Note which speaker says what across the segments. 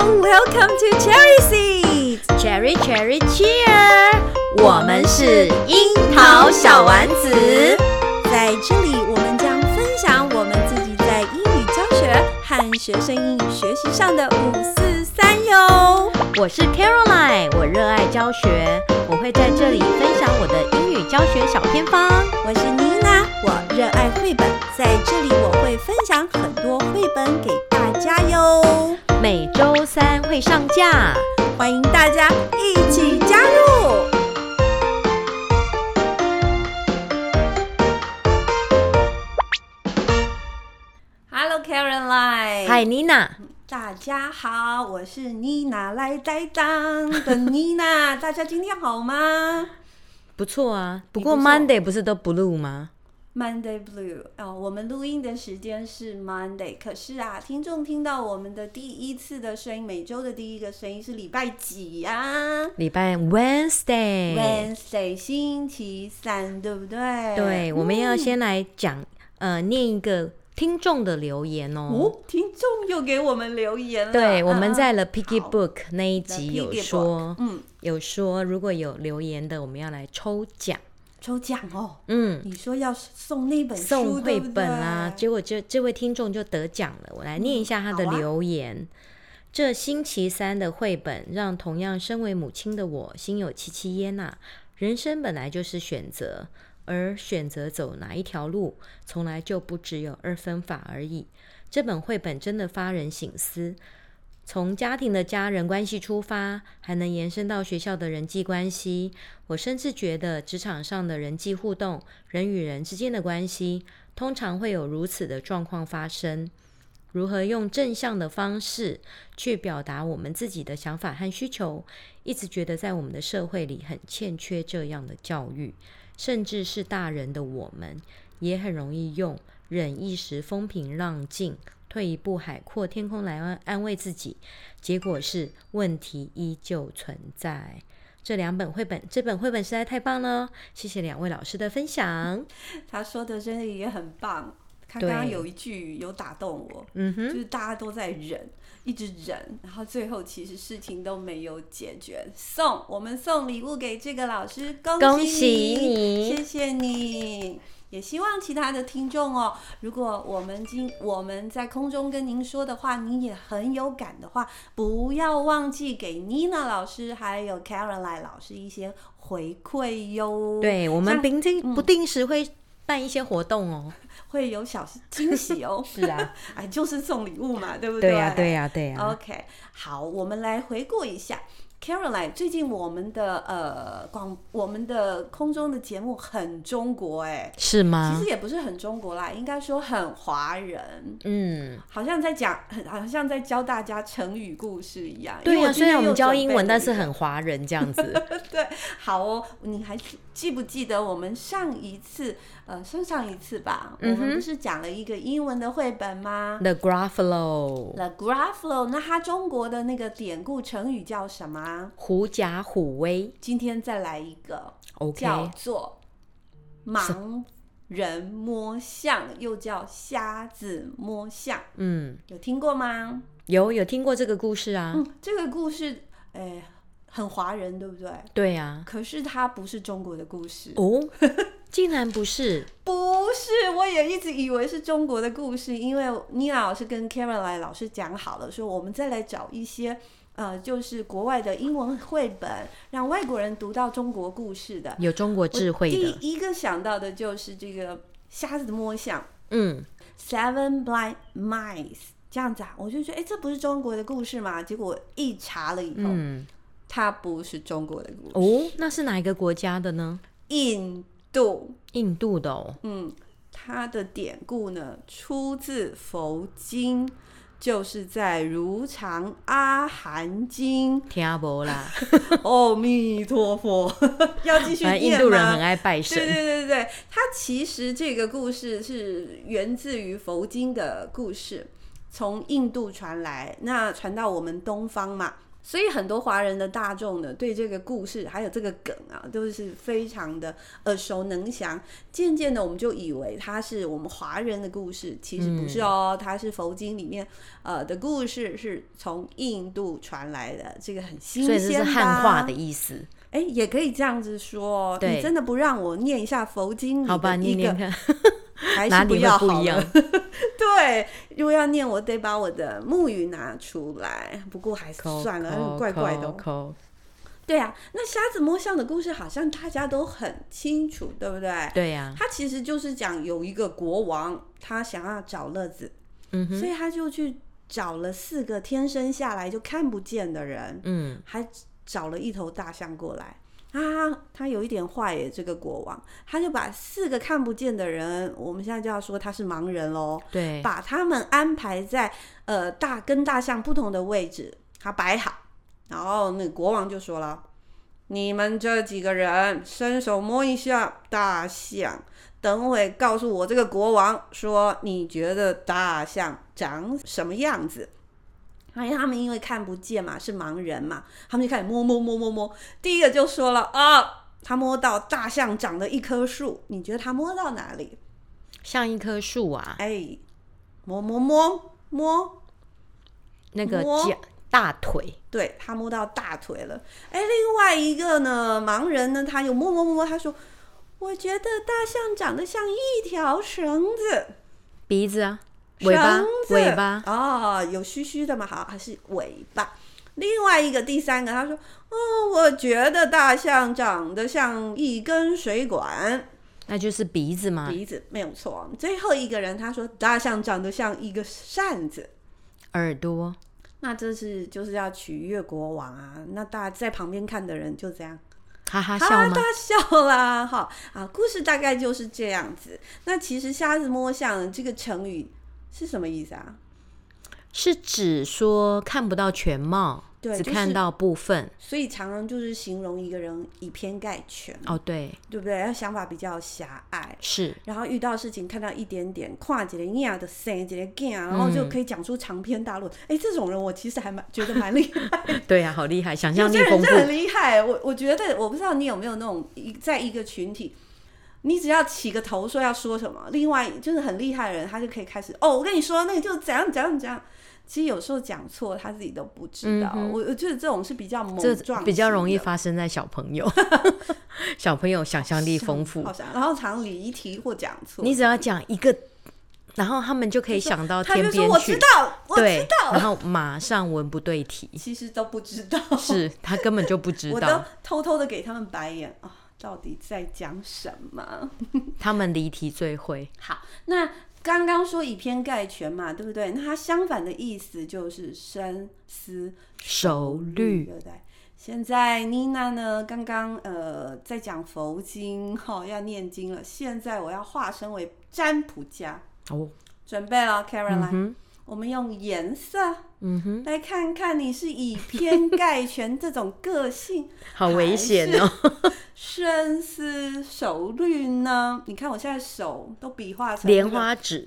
Speaker 1: Welcome to Cherry Seed，
Speaker 2: Cherry Cherry Cheer，
Speaker 1: 我们是樱桃小丸子。在这里我们将分享我们自己在英语教学和学生英语学习上的五四三哟。
Speaker 2: 我是 Caroline，我热爱教学，我会在这里分享我的英语教学小偏方。
Speaker 1: 我是妮娜，我热爱绘本，在这里我会分享很多绘本给大家哟，
Speaker 2: 每周三会上架。
Speaker 1: 欢迎大家一起加入。Hello Caroline，
Speaker 2: 嗨，妮娜，
Speaker 1: 大家好，我是妮娜来呆当的妮娜，大家今天好吗
Speaker 2: 不错啊。不过
Speaker 1: 你不错
Speaker 2: Monday 不是都 blue 吗？
Speaker 1: ？Monday Blue 哦，我们录音的时间是 Monday，可是啊，听众听到我们的第一次的声音，每周的第一个声音是礼拜几呀、啊
Speaker 2: 礼拜 Wednesday。
Speaker 1: ？Wednesday 星期三，对不对？嗯
Speaker 2: 对，我们要先来讲，呃，念一个听众的留言哦。
Speaker 1: 哦，听众又给我们留言了。
Speaker 2: 对，我们
Speaker 1: 啊
Speaker 2: 在了 Piggy
Speaker 1: 好
Speaker 2: Book 那一
Speaker 1: The
Speaker 2: 集有
Speaker 1: Piggy
Speaker 2: 说
Speaker 1: Book，，嗯，
Speaker 2: 有说如果有留言的，我们要来抽奖。
Speaker 1: 抽奖哦。
Speaker 2: 嗯，
Speaker 1: 你说要送那本书，
Speaker 2: 送绘
Speaker 1: 对不
Speaker 2: 本啊，
Speaker 1: 对
Speaker 2: 结果这这位听众就得奖了。我来念一下他的
Speaker 1: 好啊
Speaker 2: 留言。这星期三的绘本让同样身为母亲的我心有戚戚焉呐、人生本来就是选择，而选择走哪一条路，从来就不只有二分法而已。这本绘本真的发人省思，从家庭的家人关系出发，还能延伸到学校的人际关系。我甚至觉得职场上的人际互动、人与人之间的关系，通常会有如此的状况发生。如何用正向的方式去表达我们自己的想法和需求，一直觉得在我们的社会里很欠缺这样的教育，甚至是大人的我们也很容易用忍一时风平浪静，退一步海阔天空来安安慰自己，结果是问题依旧存在。这两本绘本，这本绘本实在太棒了，谢谢两位老师的分享。
Speaker 1: 他说的真的也很棒。他
Speaker 2: 对
Speaker 1: 刚刚有一句有打动我，
Speaker 2: 嗯哼，
Speaker 1: 就是大家都在忍，一直忍，然后最后其实事情都没有解决。送我们送礼物给这个老师，恭
Speaker 2: 恭喜
Speaker 1: 喜
Speaker 2: 你
Speaker 1: 谢谢你。也希望其他的听众哦，如果我们今我们在空中跟您说的话，您也很有感的话，不要忘记给妮娜老师还有 Caroline 老师一些回馈哟。，
Speaker 2: 对我们
Speaker 1: 像嗯
Speaker 2: 平定不定时会办一些活动哦。
Speaker 1: 会有小惊喜哦。
Speaker 2: 是啊，
Speaker 1: 哎， 就是送礼物嘛，对不
Speaker 2: 对
Speaker 1: 对啊哦
Speaker 2: 呀、对呀、对啊呀、
Speaker 1: OK，好，我们来回顾一下。Caroline，最近我们的呃广我们的空中的节目很中国哎、
Speaker 2: 是
Speaker 1: 其
Speaker 2: 吗
Speaker 1: 实？也不是很中国啦，应该说很华人，
Speaker 2: 嗯，
Speaker 1: 好像在讲， 很好像在教大家成语故事一样。
Speaker 2: 对
Speaker 1: 因为
Speaker 2: 呀、
Speaker 1: 我今
Speaker 2: 虽
Speaker 1: 天
Speaker 2: 然我们
Speaker 1: 又
Speaker 2: 教
Speaker 1: 准
Speaker 2: 英
Speaker 1: 备
Speaker 2: 文，
Speaker 1: 了
Speaker 2: 但
Speaker 1: 一
Speaker 2: 是
Speaker 1: 个
Speaker 2: 很华人这样子。
Speaker 1: 好哦。你还记不记得我们上一次呃上上一次吧，
Speaker 2: 嗯
Speaker 1: 我
Speaker 2: 哼
Speaker 1: 们不是讲了一个英文的绘本吗？
Speaker 2: The Gruffalo，
Speaker 1: The Gruffalo，那它中国的那个典故成语叫什么啊？
Speaker 2: 狐假虎威。
Speaker 1: 今天再来一个，
Speaker 2: OK，
Speaker 1: 叫做盲人摸象，又叫瞎子摸象，
Speaker 2: 嗯，
Speaker 1: 有听过吗？
Speaker 2: 有有听过这个故事啊？
Speaker 1: 嗯，这个故事，哎，很华人，对不对？
Speaker 2: 对啊。
Speaker 1: 可是它不是中国的故事，
Speaker 2: 哦，竟然不是。
Speaker 1: 不是，我也一直以为是中国的故事，因为妮娜老师跟 Caroline 老师讲好了，说我们再来找一些呃，就是国外的英文绘本，让外国人读到中国故事的。
Speaker 2: 有中国智慧
Speaker 1: 第
Speaker 2: 的，
Speaker 1: 一个想到的就是这个瞎子摸象
Speaker 2: 嗯，
Speaker 1: 哦 （Seven Blind Mice） 这样子啊，我就觉得哎，这不是中国的故事嘛？结果一查了以后，
Speaker 2: 嗯，
Speaker 1: 它不是中国的故事，
Speaker 2: 哦，那是哪一个国家的呢？
Speaker 1: 印度。
Speaker 2: 印度的哦，。
Speaker 1: 嗯，它的典故呢出自佛经，就是在《如常阿含经》
Speaker 2: 听不啦，
Speaker 1: 阿弥陀佛， 要继续
Speaker 2: 反正
Speaker 1: 念
Speaker 2: 印度人
Speaker 1: 吗
Speaker 2: 很爱拜
Speaker 1: 对对
Speaker 2: 神。
Speaker 1: 对对对，它其实这个故事是源自于佛经的故事，从印度传来，那传到我们东方嘛。所以很多华人的大众呢，对这个故事还有这个梗啊，都是非常的耳熟能详。渐渐的，我们就以为它是我们华人的故事，其实不是
Speaker 2: 嗯
Speaker 1: 哦，它是佛经里面呃的故事，是从印度传来的，啊这个很新
Speaker 2: 所以这
Speaker 1: 鲜
Speaker 2: 是
Speaker 1: 吧
Speaker 2: 汉化的意思。
Speaker 1: 哎，也可以这样子说哦。
Speaker 2: 对
Speaker 1: 你真的不让我念一下佛经里
Speaker 2: 好吧，
Speaker 1: 的嗯
Speaker 2: 你
Speaker 1: 一
Speaker 2: 念
Speaker 1: 个，
Speaker 2: 看
Speaker 1: 还
Speaker 2: 哪
Speaker 1: 是
Speaker 2: 里
Speaker 1: 要
Speaker 2: 会
Speaker 1: 好
Speaker 2: 不一
Speaker 1: 了
Speaker 2: 样。？
Speaker 1: 对，如果要念，我得把我的木鱼拿出来。不过还是 算了，
Speaker 2: 抠
Speaker 1: 嗯怪怪的
Speaker 2: 抠
Speaker 1: 哦。
Speaker 2: 抠
Speaker 1: 对啊，那瞎子摸象的故事好像大家都很清楚，对不对？
Speaker 2: 对啊呀、
Speaker 1: 他其实就是讲有一个国王，他想要找乐子，
Speaker 2: 嗯哼，
Speaker 1: 所以他就去找了四个天生下来就看不见的人，
Speaker 2: 嗯，
Speaker 1: 还找了一头大象过来。啊，他有一点坏耶，这个国王，他就把四个看不见的人，我们现在就要说他是盲人喽，
Speaker 2: 对，
Speaker 1: 把他们安排在呃大跟大象不同的位置，他摆好，然后那个国王就说了：“你们这几个人伸手摸一下大象，等会告诉我这个国王说你觉得大象长什么样子。”哎，他们因为看不见嘛，是盲人嘛，他们就开始摸摸摸摸摸。第一个就说了啊，他摸到大象长的一棵树，你觉得他摸到哪里？
Speaker 2: 像一棵树啊，
Speaker 1: 哎，摸摸摸摸，
Speaker 2: 那个
Speaker 1: 摸
Speaker 2: 脚大腿，
Speaker 1: 对他摸到大腿了。哎，另外一个呢，盲人呢，他又摸摸摸摸，他说：“我觉得大象长得像一条绳子，
Speaker 2: 鼻子啊，尾巴
Speaker 1: 绳，子
Speaker 2: 尾巴，
Speaker 1: 哦，有须须的嘛，好，还是尾巴。”另外一个，第三个，他说：“哦，我觉得大象长得像一根水管，
Speaker 2: 那就是鼻子嘛，
Speaker 1: 鼻子没有错。”最后一个人他说：“大象长得像一个扇子。”
Speaker 2: 耳朵，
Speaker 1: 那这是就是要取悦国王啊！那大家在旁边看的人就这样
Speaker 2: 哈
Speaker 1: 哈
Speaker 2: 哈笑
Speaker 1: 哈
Speaker 2: 吗
Speaker 1: 大？笑啦，哈啊！故事大概就是这样子。那其实“瞎子摸象”这个成语是什么意思啊？
Speaker 2: 是指说看不到全貌，
Speaker 1: 对
Speaker 2: 只
Speaker 1: 就是
Speaker 2: 看到部分。
Speaker 1: 所以常常就是形容一个人以偏概全，
Speaker 2: 哦，对，
Speaker 1: 对不对？他想法比较狭隘，
Speaker 2: 是
Speaker 1: 然后遇到事情看到一点点，跨几个眼的生几个眼，然后
Speaker 2: 嗯
Speaker 1: 就可以讲出长篇大论。哎、这种人我其实还蛮觉得蛮厉害的
Speaker 2: 对啊，好厉害，想
Speaker 1: 有
Speaker 2: 象力
Speaker 1: 些人
Speaker 2: 丰
Speaker 1: 真的很
Speaker 2: 富。
Speaker 1: 厉害，我我觉得我不知道你有没有那种一在一个群体，你只要起个头说要说什么，另外就是很厉害的人，他就可以开始哦，我跟你说那个就是怎样怎样怎样。其实有时候讲错，他自己都不知道。我我觉得这种是比较
Speaker 2: 嗯这
Speaker 1: 猛撞，
Speaker 2: 比较容易发生在小朋友， 小朋友想象力丰富
Speaker 1: 好，像然后常离题或讲错。
Speaker 2: 你只要讲一个，然后他们就可以想到
Speaker 1: 他
Speaker 2: 天
Speaker 1: 就说
Speaker 2: 边
Speaker 1: 我知
Speaker 2: 去，
Speaker 1: 道，我知
Speaker 2: 对，然
Speaker 1: 道，
Speaker 2: 后马上文不对 题，
Speaker 1: 其实都不知道，
Speaker 2: 是他根本就不知
Speaker 1: 我都
Speaker 2: 道，
Speaker 1: 偷偷的给他们白眼啊，到底在讲什么？
Speaker 2: 他们离题最会。
Speaker 1: 好，那刚刚说以偏概全嘛，对不对？那它相反的意思就是深思
Speaker 2: 熟
Speaker 1: 虑，
Speaker 2: 虑
Speaker 1: 对不对？现在妮娜呢，刚刚呃在讲佛经，哈、要念经了。现在我要化身为占卜家，
Speaker 2: 哦，
Speaker 1: 准备了，Karen 来，
Speaker 2: 嗯哼
Speaker 1: 我们用颜色
Speaker 2: 嗯哼，
Speaker 1: 来看看你是以偏概全这种个性，
Speaker 2: 好危险哦，
Speaker 1: 深思熟虑呢？你看我现在手都比划成
Speaker 2: 莲
Speaker 1: 这个
Speaker 2: 花 指，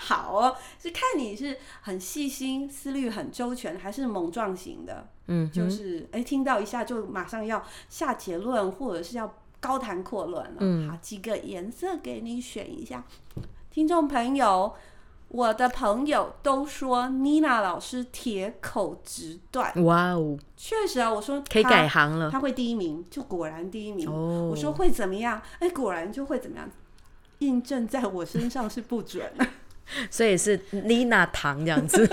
Speaker 1: 好哦， 是看你是很细心、思虑很周全，还是猛撞型的？
Speaker 2: 嗯哼，
Speaker 1: 就是哎、诶听到一下就马上要下结论，或者是要高谈阔论了。
Speaker 2: 嗯
Speaker 1: 好，几个颜色给你选一下。听众朋友，我的朋友都说妮娜老师铁口直断，
Speaker 2: 哇哦，
Speaker 1: 确实啊，我说
Speaker 2: 可以
Speaker 1: 她
Speaker 2: 改行了
Speaker 1: 他会第一名，就果然第一名。
Speaker 2: 哦。
Speaker 1: 我说会怎么样？哎、果然就会怎么样。印证在我身上是不准的
Speaker 2: 所以是 Lina 糖这样子，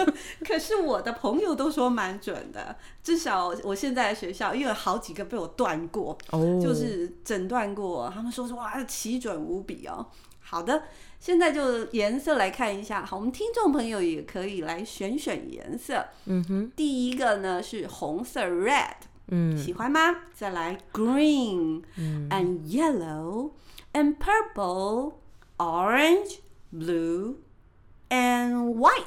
Speaker 1: 可是我的朋友都说蛮准的，至少我现在的学校，因为有好几个被我断过，
Speaker 2: 哦
Speaker 1: 就是诊断过，他们说是哇奇准无比哦。好的，现在就颜色来看一下，好，我们听众朋友也可以来选选颜色。
Speaker 2: 嗯哼，
Speaker 1: 第一个呢是红色 red，
Speaker 2: 嗯，
Speaker 1: 喜欢吗？再来 green、and yellow and purple, orange, blue and white。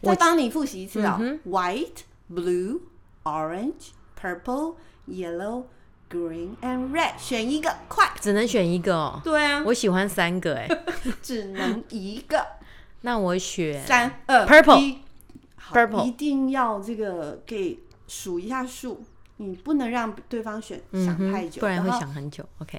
Speaker 2: 我
Speaker 1: 再帮你复习一次哦、
Speaker 2: 嗯
Speaker 1: w h i t e blue, orange, purple, yellow, green and red，选一个，快。
Speaker 2: 只能选一个哦。
Speaker 1: 对啊，
Speaker 2: 我喜欢三个 哎，
Speaker 1: 只能一个。
Speaker 2: 那我选
Speaker 1: 三二
Speaker 2: Purple
Speaker 1: 一好
Speaker 2: Purple
Speaker 1: 一定要这个给数一下数，你不能让对方选想
Speaker 2: 嗯
Speaker 1: 太
Speaker 2: 哼
Speaker 1: 久，
Speaker 2: 不然会
Speaker 1: 后
Speaker 2: 想很久。OK，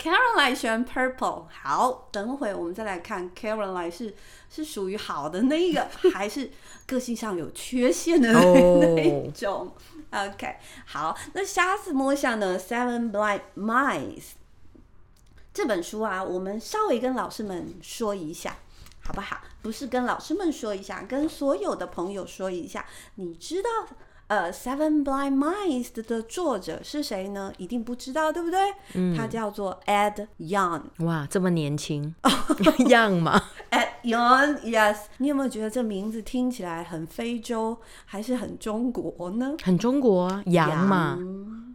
Speaker 1: Caroline 选 purple，好，等会我们再来看 Caroline 是是属于好的那一个，还是个性上有缺陷的那
Speaker 2: 哦
Speaker 1: 那一种？OK，好，那瞎子摸象呢？Seven Blind Mice 这本书啊，我们稍微跟老师们说一下。好不好？不是跟老师们说一下，跟所有的朋友说一下。你知道，呃，《Seven Blind Mice》的作者是谁呢？一定不知道，对不对？
Speaker 2: 嗯
Speaker 1: 他叫做 Ed Young。
Speaker 2: 哇，这么年 轻 样嘛？
Speaker 1: Ed Young，yes。你有没有觉得这名字听起来很非洲，还是很中国呢
Speaker 2: 很中国啊，羊嘛，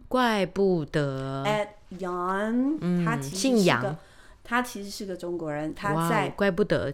Speaker 2: 怪不得。
Speaker 1: ？Ed Young，、他其实
Speaker 2: 嗯姓
Speaker 1: 是
Speaker 2: 杨
Speaker 1: 个，他其实是个中国人，他
Speaker 2: 哇
Speaker 1: 在
Speaker 2: 哦，怪不得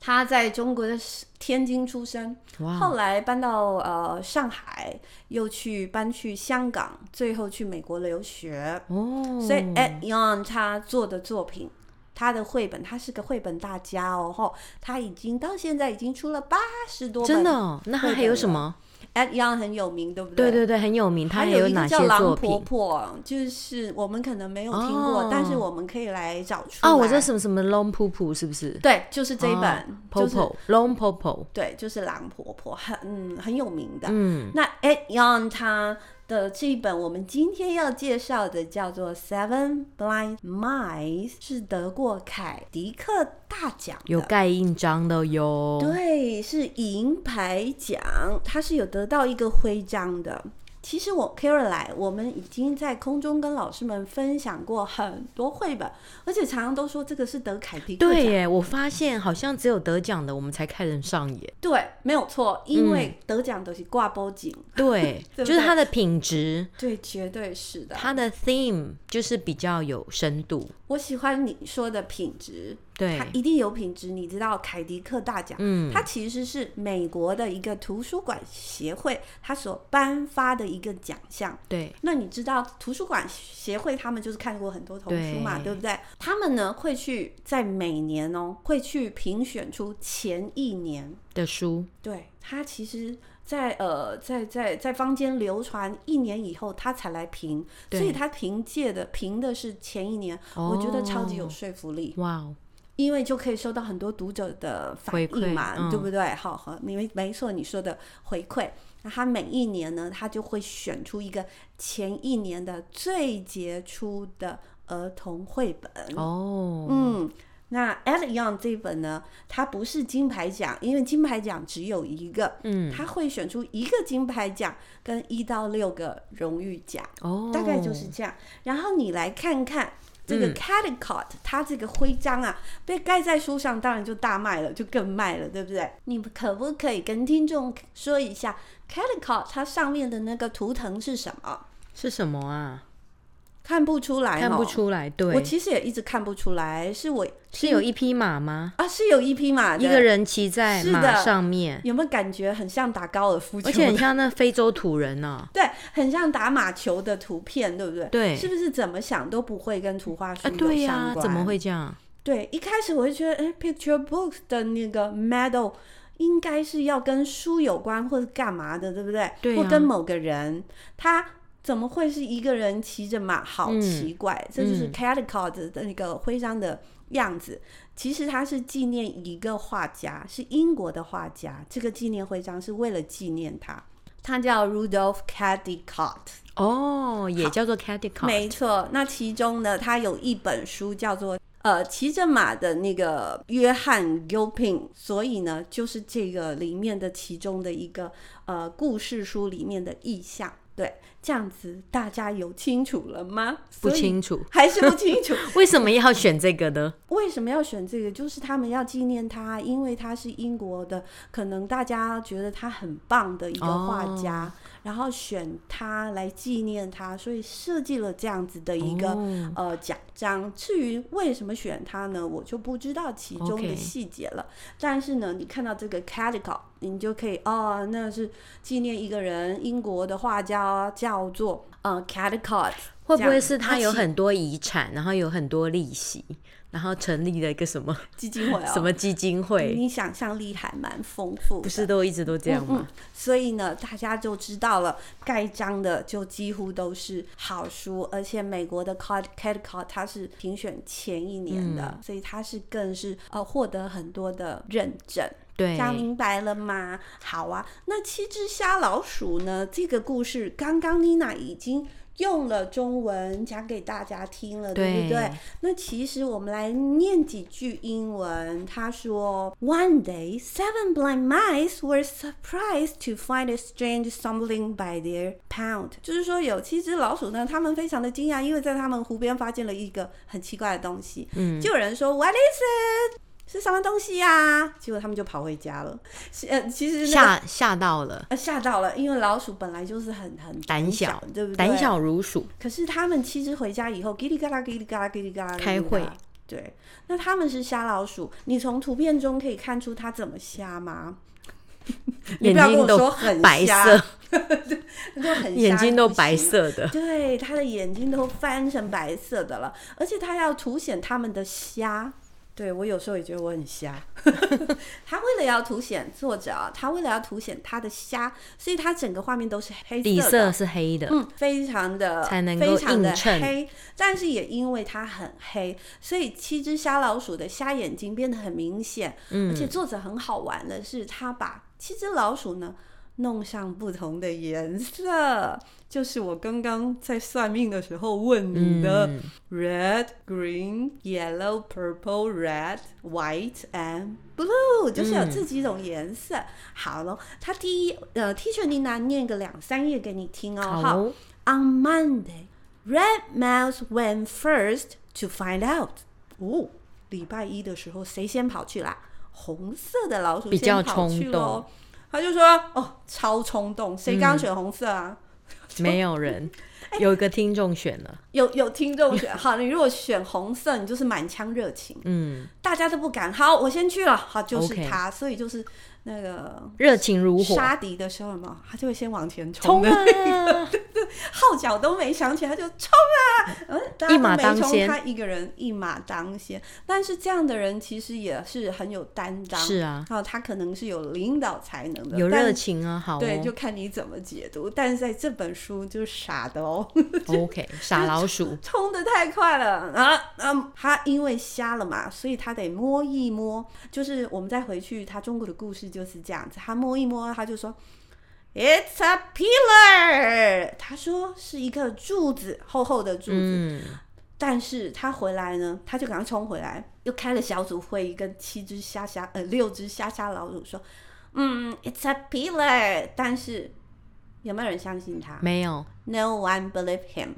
Speaker 1: 他在中国的天津出生，
Speaker 2: 哇
Speaker 1: 后来搬到呃上海，又去搬去香港，最后去美国留学。
Speaker 2: 哦。
Speaker 1: 所以 Ed Young 他做的作品，他的绘本，他是个绘本大家哦，吼，他已经到现在已经出了八十多本。
Speaker 2: 真的、哦，那他还有什么？
Speaker 1: ，Ed Young 很有名，对不
Speaker 2: 对
Speaker 1: 对？
Speaker 2: 对对，很有名。他
Speaker 1: 还
Speaker 2: 有
Speaker 1: 一
Speaker 2: 哪
Speaker 1: 个
Speaker 2: 些
Speaker 1: 叫狼
Speaker 2: 作
Speaker 1: 婆
Speaker 2: 品？
Speaker 1: 婆，就是我们可能没有听过，
Speaker 2: 哦
Speaker 1: 但是我们可以来找出来。
Speaker 2: 哦，我知道什么什么 long poo poo 是不是？
Speaker 1: 对，就是这一本，
Speaker 2: p o
Speaker 1: 就是
Speaker 2: po long po po。
Speaker 1: 对，就是狼婆婆，很嗯很有名的。
Speaker 2: 嗯，
Speaker 1: 那 Ed Young 他的这一本我们今天要介绍的叫做《Seven Blind Mice》，是得过凯迪克大奖
Speaker 2: 有哦
Speaker 1: 的。
Speaker 2: 盖印章的哟。
Speaker 1: 对，是银牌奖，它是有得到一个徽章的。其实我 Caroline，我们已经在空中跟老师们分享过很多绘本，而且常常都说这个是得凯迪克
Speaker 2: 对
Speaker 1: 奖。
Speaker 2: 耶，我发现好像只有得奖的我们才看得 上眼。
Speaker 1: 对，没有错，因
Speaker 2: 嗯
Speaker 1: 为得奖都是挂包景，
Speaker 2: 对，
Speaker 1: 对不
Speaker 2: 就是
Speaker 1: 对
Speaker 2: 它的品质，
Speaker 1: 对，绝对是的。
Speaker 2: 它的 theme 就是比较有深度。
Speaker 1: 我喜欢你说的品质，
Speaker 2: 对
Speaker 1: 它，一定有品质。你知道凯迪克大奖，
Speaker 2: 嗯，
Speaker 1: 它其实是美国的一个图书馆协会它所颁发的一个奖项。
Speaker 2: 对，
Speaker 1: 那你知道图书馆协会他们就是看过很多童书嘛，
Speaker 2: 对
Speaker 1: 对不对？他们呢会去在每年哦会去评选出前一年，
Speaker 2: 的书
Speaker 1: 对它其实在呃在在在坊间流传一年以后，它才来评，
Speaker 2: 对
Speaker 1: 所以它凭借的评的是前一年，
Speaker 2: 哦
Speaker 1: 我觉得超级有说服力。
Speaker 2: 哇哦，
Speaker 1: 因为就可以收到很多读者的反
Speaker 2: 回馈
Speaker 1: 应嘛，
Speaker 2: 嗯
Speaker 1: 对不对？好，好，你没没错，你说的回馈。那他每一年呢，他就会选出一个前一年的最杰出的儿童绘本。
Speaker 2: 哦，
Speaker 1: 嗯，那 Ed Young 这本呢，它不是金牌奖，因为金牌奖只有一个，
Speaker 2: 嗯，
Speaker 1: 他会选出一个金牌奖跟一到六个荣誉奖。
Speaker 2: 哦，
Speaker 1: 嗯大概就是这样。然后你来看看这
Speaker 2: 嗯
Speaker 1: 个 Calicot，、它这个徽章啊，被盖在书上，当然就大卖了，就更卖了，对不对？你们可不可以跟听众说一下 Calicot 它上面的那个图腾是什么？
Speaker 2: 是什么啊？
Speaker 1: 看不出来、哦，
Speaker 2: 看不。出来，
Speaker 1: 我
Speaker 2: 对，
Speaker 1: 其实也一直看不出来，是我
Speaker 2: 是有一匹马吗？
Speaker 1: 啊，是有一匹马的，
Speaker 2: 一个人骑在
Speaker 1: 是
Speaker 2: 马
Speaker 1: 的
Speaker 2: 上面，
Speaker 1: 有没有感觉很像打高尔夫球？
Speaker 2: 而且很像那非洲土人呢、
Speaker 1: 对，很像打马球的图片，对不对？
Speaker 2: 对
Speaker 1: 是不是怎么想都不会跟图画书
Speaker 2: 啊，对
Speaker 1: 有
Speaker 2: 呀、
Speaker 1: 相关
Speaker 2: 怎么会这样？
Speaker 1: 对，一开始我会觉得，哎，Picture Books 的那个 medal 应该是要跟书有关或者干嘛的，对不对？
Speaker 2: 对
Speaker 1: 或
Speaker 2: 啊
Speaker 1: 跟某个人，他怎么会是一个人骑着马？好
Speaker 2: 嗯
Speaker 1: 奇怪，这就是 c a t a c o t 的那个徽章的样子。其实它是纪念一个画家，是英国的画家。这个纪念徽章是为了纪念他，他叫 Rudolph Caldicott。
Speaker 2: 哦，也叫做 c a t i c o
Speaker 1: 没错，那其中呢，他有一本书叫做。呃，骑着马的那个约翰 Gilpin，所以呢，就是这个里面的其中的一个呃故事书里面的意象，对，这样子大家有清楚了吗？
Speaker 2: 不
Speaker 1: 所以
Speaker 2: 清楚，
Speaker 1: 还是不清楚，
Speaker 2: 为什么要选这个呢？
Speaker 1: 为什么要选这个？就是他们要纪念他，因为他是英国的，可能大家觉得他很棒的一个画家，
Speaker 2: 哦
Speaker 1: 然后选他来纪念他，所以设计了这样子的 一个、
Speaker 2: 哦
Speaker 1: 呃奖章。至于为什么选他呢，我就不知道其中
Speaker 2: OK
Speaker 1: 的细节了。但是呢，你看到这个 Calico，你就可以哦，那是纪念一个人，英国的画家叫做呃 Calicot，
Speaker 2: 会不
Speaker 1: 这
Speaker 2: 会
Speaker 1: 样
Speaker 2: 是
Speaker 1: 他
Speaker 2: 他有
Speaker 1: 其
Speaker 2: 很多遗产，然后有很多利息，然后成立了一个什么
Speaker 1: 基金会哦，嗯
Speaker 2: 什么基金会，
Speaker 1: 你想象力还蛮丰富的，
Speaker 2: 不是都一直都这样吗？
Speaker 1: 所以呢，大家就知道了，盖章的就几乎都是好书，而且美国的 Card Catcall 它是评选前一年的，所以它是更是呃获得很多的认证。这
Speaker 2: 对，
Speaker 1: 样明白了吗？好啊，那七只瞎老鼠呢？这个故事刚刚妮娜已经用了中文讲给大家听了，对不对
Speaker 2: 对？
Speaker 1: 那其实我们来念几句英文。他说：“One day, seven blind mice were surprised to find a strange stumbling by their pound。”就是说，有七只老鼠呢，他们非常的惊讶，因为在他们湖边发现了一个很奇怪的东西。嗯，就有人说：“What is it？” 是什么东西呀、结果他们就跑回家了。是呃，其实那个
Speaker 2: 吓吓到了，
Speaker 1: 呃吓到了，因为老鼠本来就是很很
Speaker 2: 胆
Speaker 1: 小
Speaker 2: 小，，
Speaker 1: 对不对？
Speaker 2: 胆。小如鼠，
Speaker 1: 可是他们其实回家以后，叽里嘎啦，叽里嘎啦，叽里嘎啦，叽里
Speaker 2: 开会
Speaker 1: 嘎啦。对，那他们是瞎老鼠，你从图片中可以看出它怎么瞎 吗？你
Speaker 2: 眼
Speaker 1: 不要跟
Speaker 2: 睛
Speaker 1: 我
Speaker 2: 都
Speaker 1: 说很
Speaker 2: 白
Speaker 1: 瞎
Speaker 2: 色，
Speaker 1: 都很瞎
Speaker 2: 眼睛都
Speaker 1: 不行
Speaker 2: 白色的，
Speaker 1: 对，他的眼睛都翻成白色的了，而且他要凸显他们的瞎。对我有时候也觉得我很瞎。 他为了要凸显作者啊，他为了要凸显他的瞎，所以他整个画面都是黑
Speaker 2: 底
Speaker 1: 色
Speaker 2: 色
Speaker 1: 的。
Speaker 2: 是黑的，
Speaker 1: 嗯，非常的
Speaker 2: 才能够
Speaker 1: 非常的
Speaker 2: 映衬
Speaker 1: 黑，但是也因为它很黑，所以七只瞎老鼠的瞎眼睛变得很明显。
Speaker 2: 嗯
Speaker 1: 而且作者很好玩的是，他把七只老鼠呢弄上不同的颜色，就是我刚刚在算命的时候问你的、red,
Speaker 2: 嗯
Speaker 1: green, yellow, purple, red, white and blue，就是
Speaker 2: 嗯
Speaker 1: 有这几种颜色。好了，它第一呃 teacher Nina 念个两三页给你听哦。哈
Speaker 2: 好
Speaker 1: On Monday, Red Mouse went first to find out. 哦，礼拜一的时候谁先跑去啦？红色的老鼠
Speaker 2: 比较
Speaker 1: 先跑去喽
Speaker 2: 冲动。
Speaker 1: 他就说：“哦，超冲动，谁刚选红色啊？”
Speaker 2: 嗯没 有人，
Speaker 1: 哎
Speaker 2: 有一个听众选了，
Speaker 1: 有有听众 选，好，你如果选红色，你就是满腔热情，
Speaker 2: 嗯，
Speaker 1: 大家都不敢。好，我先去了，好，就是他
Speaker 2: OK
Speaker 1: 所以就是那个
Speaker 2: 热情如火，
Speaker 1: 杀敌的时候嘛，他就会先往前冲
Speaker 2: 冲
Speaker 1: 的，
Speaker 2: 啊！
Speaker 1: 号角都没响起，他就冲啊！嗯，大
Speaker 2: 一马
Speaker 1: 家
Speaker 2: 当
Speaker 1: 都没冲，
Speaker 2: 先
Speaker 1: 他一个人一马当先。但是这样的人其实也是很有担当，
Speaker 2: 是啊，
Speaker 1: 然后他可能是有领导才能的，
Speaker 2: 有
Speaker 1: 但
Speaker 2: 热情啊，好
Speaker 1: 对，
Speaker 2: 哦
Speaker 1: 就看你怎么解读。但是在这本书就是傻的哦。
Speaker 2: ，OK，傻老鼠，
Speaker 1: 冲的太快了啊！嗯，他因为瞎了嘛，所以他得摸一摸。就是我们再回去他中国的故事就是这样子，他摸一摸，他就说，It's a pillar。他说是一个柱子，厚厚的柱子。
Speaker 2: 嗯，
Speaker 1: 但是他回来呢，他就赶快冲回来，又开了小组会议，跟七只虾虾呃六只虾虾老鼠说，嗯，It's a pillar。但是有没有人相信他
Speaker 2: 没有，
Speaker 1: ？No one believe him。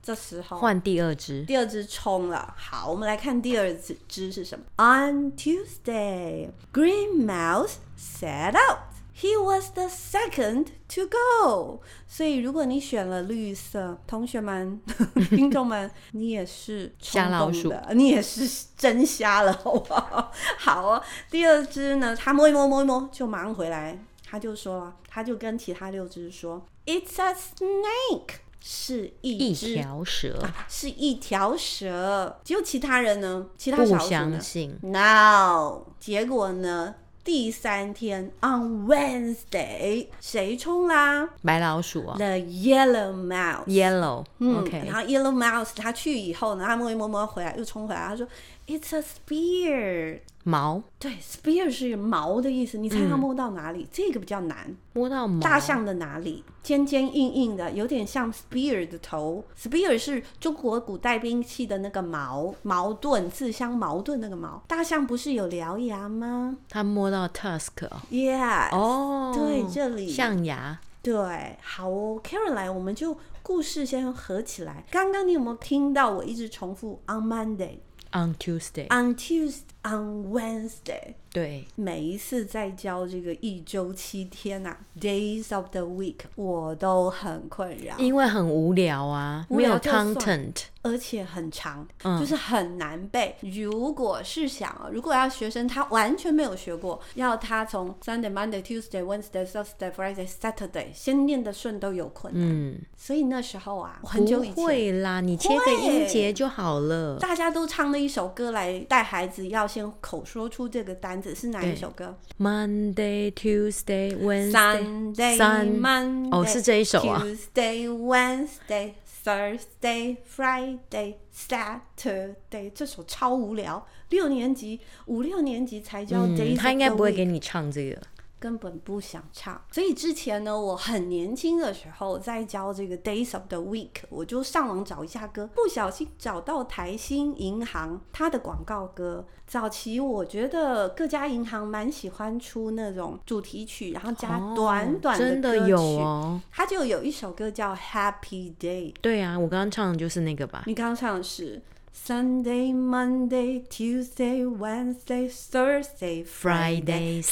Speaker 1: 这时候
Speaker 2: 换第二只，
Speaker 1: 第二只冲了。好，我们来看第二只只是什么。On Tuesday, Green Mouse set out. He was the second to go. 所以，如果你选了绿色，同学们、 听众们，你也是冲
Speaker 2: 瞎老
Speaker 1: 动
Speaker 2: 鼠
Speaker 1: 的，你也是真瞎了，好不好？好哦。第二只呢，它摸一摸，摸一摸，就马上回来。他就说啊，他就跟其他六只说，It's a snake，是
Speaker 2: 一
Speaker 1: 一只啊
Speaker 2: 条蛇，
Speaker 1: 是一条蛇，只有其他人呢，其他
Speaker 2: 不
Speaker 1: 小鼠呢
Speaker 2: 相信，
Speaker 1: ？No，结果呢？第三天，on Wednesday，谁冲啦
Speaker 2: 白老鼠啊
Speaker 1: ？The yellow mouse。嗯
Speaker 2: ，Yellow，OK，
Speaker 1: 然后 Yellow Mouse 它去以后呢，它摸一摸摸回来又冲回来，它说 It's a spear。
Speaker 2: 毛
Speaker 1: 对，spear 是毛的意思，你猜
Speaker 2: 嗯
Speaker 1: 它摸到哪里？这个比较难。
Speaker 2: 摸到毛，
Speaker 1: 大象的哪里？尖尖硬硬的，有点像 spear 的头。spear 是中国古代兵器的那个矛，矛盾，自相矛盾那个矛。大象不是有獠牙吗
Speaker 2: 它摸到 tusk 哦
Speaker 1: ？Yeah，、
Speaker 2: 哦，
Speaker 1: 对这里
Speaker 2: 象牙，
Speaker 1: 对，好哦，Caroline，我们就故事先合起来。刚刚你有没有听到我一直重复 on Monday？
Speaker 2: On Tuesday，
Speaker 1: 啊 On Tuesday, on Wednesday。
Speaker 2: 对，
Speaker 1: 每一次在教这个一周七天呐、d a y s of the week，我都很困扰，
Speaker 2: 因为很无聊啊，
Speaker 1: 无
Speaker 2: 没
Speaker 1: 聊
Speaker 2: 有
Speaker 1: 就算
Speaker 2: content。
Speaker 1: 而且很长，
Speaker 2: 嗯
Speaker 1: 就是很难背。如果是想啊，如果要学生他完全没有学过，要他从 Sunday、Monday、Tuesday、Wednesday、Thursday、Friday、Saturday 先念得顺都有困难。
Speaker 2: 嗯，
Speaker 1: 所以那时候啊，很久
Speaker 2: 不
Speaker 1: 以前。
Speaker 2: 会啦，你切个音节就好了。
Speaker 1: 大家都唱了一首歌来带孩子，要先口说出这个单子是哪一首歌
Speaker 2: Monday, Tuesday, Wednesday，
Speaker 1: ？Sunday、
Speaker 2: Sun-
Speaker 1: Monday
Speaker 2: 哦是这一首啊
Speaker 1: Tuesday、Wednesday、Thursday、Friday、Saturday，这首超无聊。六年级五六年级才教 Days，、
Speaker 2: 嗯，他应该不会给你唱这个。
Speaker 1: 根本不想唱。所以之前呢，我很年轻的时候在教这个 Days of the Week，我就上网找一下歌，不小心找到台新银行它的广告歌。早期我觉得各家银行蛮喜欢出那种主题曲，然后加
Speaker 2: 哦
Speaker 1: 短短
Speaker 2: 真
Speaker 1: 歌曲。
Speaker 2: 有哦。
Speaker 1: 它就有一首歌叫《Happy Day》，
Speaker 2: 对啊，我刚刚唱的就是那个吧。
Speaker 1: 你刚刚唱的是 Sunday、Monday、Tuesday、Wednesday、Thursday、
Speaker 2: Friday,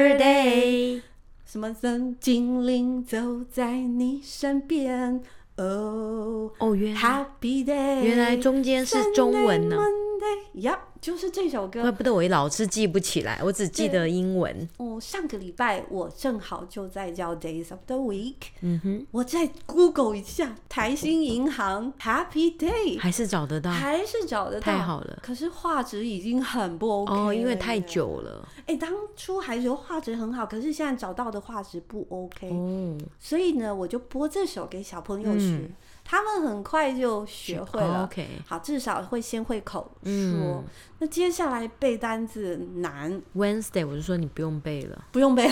Speaker 2: Saturday，
Speaker 1: 什么神精灵走在你身边，哦、
Speaker 2: 哦，原来
Speaker 1: Happy Day，
Speaker 2: 原来中间是中文呢、
Speaker 1: Monday，呀就是这首
Speaker 2: 怪
Speaker 1: 歌。
Speaker 2: 不得我老是记不起来，我只记得英文。
Speaker 1: 哦，上个礼拜我正好就在教 Days of the Week，
Speaker 2: 嗯哼，
Speaker 1: 我再 Google 一下台新银行 Happy Day，
Speaker 2: 还是找得到
Speaker 1: 还是找得到，
Speaker 2: 啊太好了
Speaker 1: 可是画质已经很不 OK
Speaker 2: 哦，因为
Speaker 1: 了
Speaker 2: 太
Speaker 1: 耶。
Speaker 2: 久了
Speaker 1: 哎、当初还觉得画质很好，可是现在找到的画质不 OK。
Speaker 2: 哦。
Speaker 1: 所以呢，我就播这首给小朋友学，
Speaker 2: 嗯
Speaker 1: 他们很快就学会了。
Speaker 2: 哦 OK
Speaker 1: 好，至少会先会口说。
Speaker 2: 嗯
Speaker 1: 那接下来背单字难，
Speaker 2: Wednesday，我就说你不用背了，
Speaker 1: 不用背。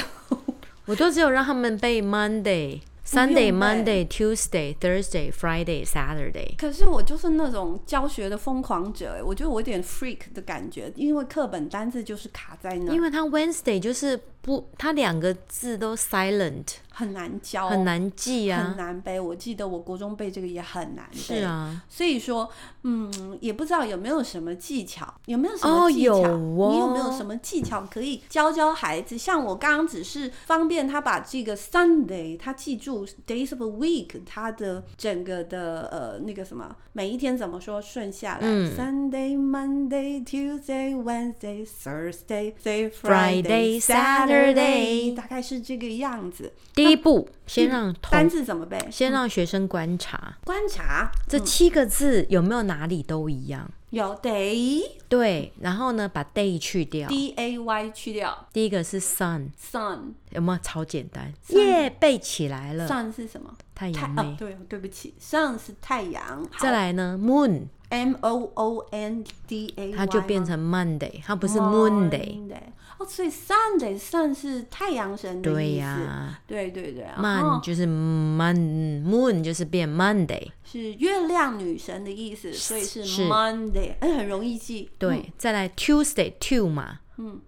Speaker 2: 我都只有让他们背 Monday、
Speaker 1: 用
Speaker 2: Sunday、
Speaker 1: 背
Speaker 2: Monday、Tuesday、Thursday、Friday、Saturday。
Speaker 1: 可是我就是那种教学的疯狂者，我觉得我有点 freak 的感觉，因为课本单字就是卡在那，
Speaker 2: 因为它 Wednesday 就是不，它两个字都 silent，
Speaker 1: 很难教，
Speaker 2: 很、难记
Speaker 1: 哦很
Speaker 2: 啊。
Speaker 1: 难背。我记得我国中背这个也很难背。
Speaker 2: 是。啊，
Speaker 1: 所以说，嗯，也不知道有没有什么技巧，有没有什
Speaker 2: 哦
Speaker 1: 么技巧？
Speaker 2: 有哦
Speaker 1: 你有没有什么技巧可以教教孩子？像我刚刚只是方便他把这个 Sunday 他记住 days of a week 他的整个的呃那个什么每一天怎么说顺下来、
Speaker 2: 嗯
Speaker 1: s u n d a y Monday Tuesday Wednesday Thursday Thursday
Speaker 2: Friday Saturday
Speaker 1: 大概是这个样子。
Speaker 2: 第一步先让
Speaker 1: 嗯单
Speaker 2: 同
Speaker 1: 字嗯怎么背？
Speaker 2: 先让学生观察
Speaker 1: 观察
Speaker 2: 这七个字有没有哪里都一样。
Speaker 1: 有 day
Speaker 2: 对，然后呢，把 day 去掉。
Speaker 1: d a y 去掉。
Speaker 2: 第一个是 sun，
Speaker 1: sun
Speaker 2: 有没有超简单？耶，背起来了，
Speaker 1: sun 是什么？
Speaker 2: 嗯太
Speaker 1: 太
Speaker 2: 阳
Speaker 1: 啊，
Speaker 2: 妹。
Speaker 1: 对，对不起，sun 是太阳。好
Speaker 2: 再来呢，moon，
Speaker 1: ，m o o n d a y，
Speaker 2: 它就变
Speaker 1: 吗哦
Speaker 2: 成 Monday，它不是 moon day。
Speaker 1: Monday 哦，所以 Sunday sun 是太阳神的
Speaker 2: 对
Speaker 1: 意
Speaker 2: 呀、
Speaker 1: 思。对对对，啊哦然后
Speaker 2: Mon 就是 Mon，Moon 就是变 Monday。
Speaker 1: 是月亮女神的意思，所以是
Speaker 2: 是
Speaker 1: Monday，哎，很容易记。
Speaker 2: 对，
Speaker 1: 嗯，
Speaker 2: 再来 Tuesday two 嘛，
Speaker 1: 嗯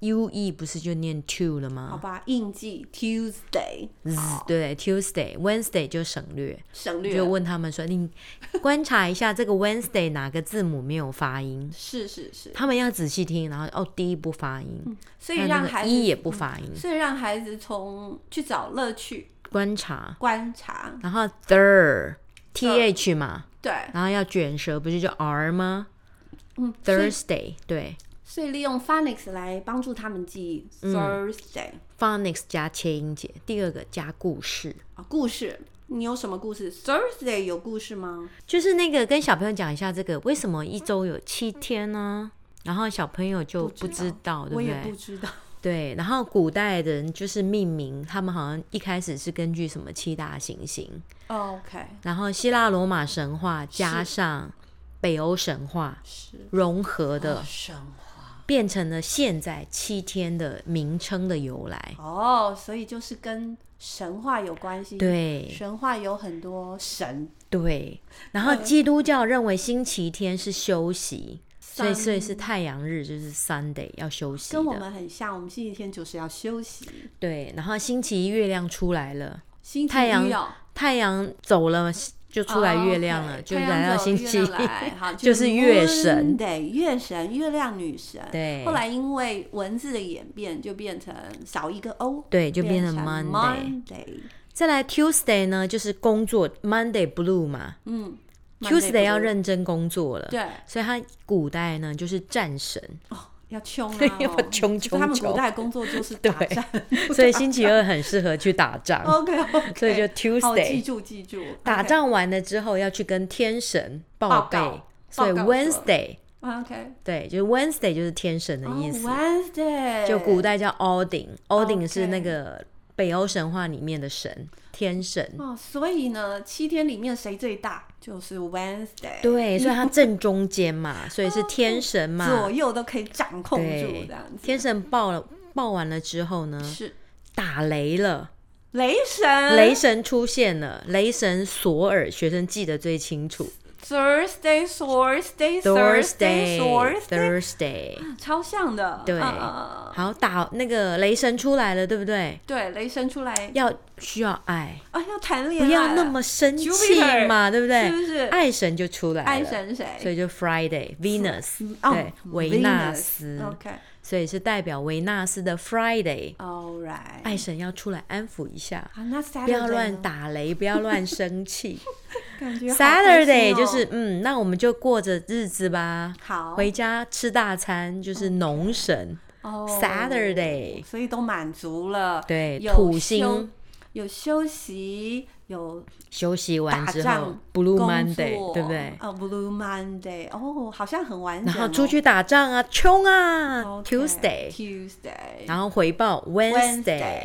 Speaker 2: ，U E 不是就念 two 了
Speaker 1: 好
Speaker 2: 吗？
Speaker 1: 吧，印记 Tuesday，
Speaker 2: z 对，Tuesday、Wednesday 就省略，
Speaker 1: 省略
Speaker 2: 就
Speaker 1: 了。
Speaker 2: 问他们说，你观察一下这个 Wednesday 哪个字母没有发音，
Speaker 1: 是是是，
Speaker 2: 他们要仔细听，然后哦，第一不发音，
Speaker 1: 嗯所
Speaker 2: 还
Speaker 1: 以
Speaker 2: 有
Speaker 1: 让
Speaker 2: 那
Speaker 1: 孩
Speaker 2: 个 E
Speaker 1: 子，嗯
Speaker 2: 一也不发音，
Speaker 1: 所以让孩子从去找乐趣、
Speaker 2: 观察，
Speaker 1: 观察，
Speaker 2: 然后 third T H 嘛，
Speaker 1: 对，
Speaker 2: 然后要卷舌，不是就 R 吗
Speaker 1: 嗯，所以
Speaker 2: ？Thursday 对
Speaker 1: 所以利用 phonics 来帮助他们记忆
Speaker 2: 嗯
Speaker 1: Thursday、
Speaker 2: ，phonics 加切音节，第二个加故事。
Speaker 1: 啊，故事。你有什么故事？Thursday 有故事吗？
Speaker 2: 就是那个跟小朋友讲一下这个为什么一周有七天呢？然后小朋友就不知道，哦
Speaker 1: 我
Speaker 2: 对不
Speaker 1: 也不
Speaker 2: 对？
Speaker 1: 知道。
Speaker 2: 对，然后古代的人就是命名，他们好像一开始是根据什么七大行星，
Speaker 1: 哦 OK，
Speaker 2: 然后希腊罗马神话加上北欧神话
Speaker 1: 是
Speaker 2: 融合的，
Speaker 1: 神话
Speaker 2: 变成了现在七天的名称的由来。
Speaker 1: 哦，所以就是跟神话有关系。，
Speaker 2: 对
Speaker 1: 神话有很多神，
Speaker 2: 对，
Speaker 1: 嗯
Speaker 2: 然后基督教认为星期天是休息，所以所以
Speaker 1: Sun-
Speaker 2: 是太阳日，就是 Sunday 要休息的。
Speaker 1: 跟我们很像。我们星期天就是要休息，
Speaker 2: 对，然后星期一月亮出来了，
Speaker 1: 星期
Speaker 2: 太阳
Speaker 1: 一哦，
Speaker 2: 太阳走了，就出来月亮
Speaker 1: 哦
Speaker 2: 了，
Speaker 1: ，OK，
Speaker 2: 就
Speaker 1: 太阳
Speaker 2: 来到
Speaker 1: 走
Speaker 2: 星期
Speaker 1: 月亮 来好，
Speaker 2: 就是月神
Speaker 1: 对，月神，月亮女神。
Speaker 2: 对
Speaker 1: 后来因为文字的演变，就变成少一个 O，
Speaker 2: 对，就变
Speaker 1: 变
Speaker 2: 成 Monday。
Speaker 1: Monday
Speaker 2: 再来 Tuesday 呢，就是工作 Monday Blue 嘛
Speaker 1: 嗯
Speaker 2: ，Tuesday 要
Speaker 1: Blue
Speaker 2: 认真工作了，
Speaker 1: 对
Speaker 2: 所以它古代呢就是 战神，，
Speaker 1: 哦，要穷啊
Speaker 2: 要
Speaker 1: 哦
Speaker 2: 冲
Speaker 1: 就是
Speaker 2: 冲
Speaker 1: 他们古
Speaker 2: 冲
Speaker 1: 代工作就是打
Speaker 2: 对
Speaker 1: 战。
Speaker 2: 所以星期二很适合去打仗。
Speaker 1: OK OK，
Speaker 2: 所以就
Speaker 1: 好，
Speaker 2: Tuesday
Speaker 1: 记住记住，
Speaker 2: 打仗完了之后要去跟天神报备，
Speaker 1: 报告
Speaker 2: 所以
Speaker 1: 报告说
Speaker 2: Wednesday
Speaker 1: 啊 OK，
Speaker 2: 对，就是 Wednesday 就是天神的意思，
Speaker 1: 哦 Wednesday
Speaker 2: 就古代叫 Odin，Odin 是
Speaker 1: OK
Speaker 2: 那个北欧神话里面的神，天神。
Speaker 1: 哦，所以呢，七天里面谁最大？就是 Wednesday，
Speaker 2: 对，所以它正中间 嘛，所以是天神嘛
Speaker 1: 左，右都可以掌控住
Speaker 2: 对
Speaker 1: 这样，子。嗯
Speaker 2: 天神报了报完了之后呢，
Speaker 1: 是
Speaker 2: 打雷了，
Speaker 1: 雷神，
Speaker 2: 雷神出现了，雷神索尔，学生记得最清楚
Speaker 1: Thursday Thursday
Speaker 2: ，Thursday
Speaker 1: Thursday，
Speaker 2: Thursday，
Speaker 1: 超像的，
Speaker 2: 对
Speaker 1: 嗯嗯嗯
Speaker 2: 好打那个雷神出来了，对不对？
Speaker 1: 对，雷神出来，
Speaker 2: 要需要爱，
Speaker 1: 啊，要谈恋
Speaker 2: 不
Speaker 1: 爱了，
Speaker 2: 要那么生气
Speaker 1: Jupiter，
Speaker 2: 嘛，对不对？
Speaker 1: 是不是
Speaker 2: 爱神就出来了，
Speaker 1: 爱神谁？
Speaker 2: 所以就 Friday Venus，、
Speaker 1: 哦
Speaker 2: 对，维纳斯
Speaker 1: Venus 哦 OK，
Speaker 2: 所以是代表维纳斯的 Friday，
Speaker 1: All right，
Speaker 2: 爱神要出来安抚一下，
Speaker 1: 啊，那 Saturday
Speaker 2: 哎不要乱
Speaker 1: 呢，
Speaker 2: 打雷，不要乱 生气。
Speaker 1: 感觉好开心
Speaker 2: Saturday
Speaker 1: 哦
Speaker 2: 就是嗯，那我们就过着日子吧，
Speaker 1: 好
Speaker 2: 回家吃大餐，就是农神。
Speaker 1: 哦
Speaker 2: Saturday
Speaker 1: 所以都满足了，
Speaker 2: 对
Speaker 1: 有
Speaker 2: 土
Speaker 1: 休
Speaker 2: 星
Speaker 1: 有休息，有
Speaker 2: 休息完
Speaker 1: 打
Speaker 2: 之
Speaker 1: 仗
Speaker 2: 后，Blue
Speaker 1: 工
Speaker 2: Monday，
Speaker 1: 作
Speaker 2: 对不对？
Speaker 1: 哦，Blue Monday，哦，好像很完整、
Speaker 2: 然
Speaker 1: 哦。
Speaker 2: 后出去打仗啊，冲啊
Speaker 1: OK，
Speaker 2: Tuesday，
Speaker 1: Tuesday，
Speaker 2: 然后回报 Wednesday，
Speaker 1: Wednesday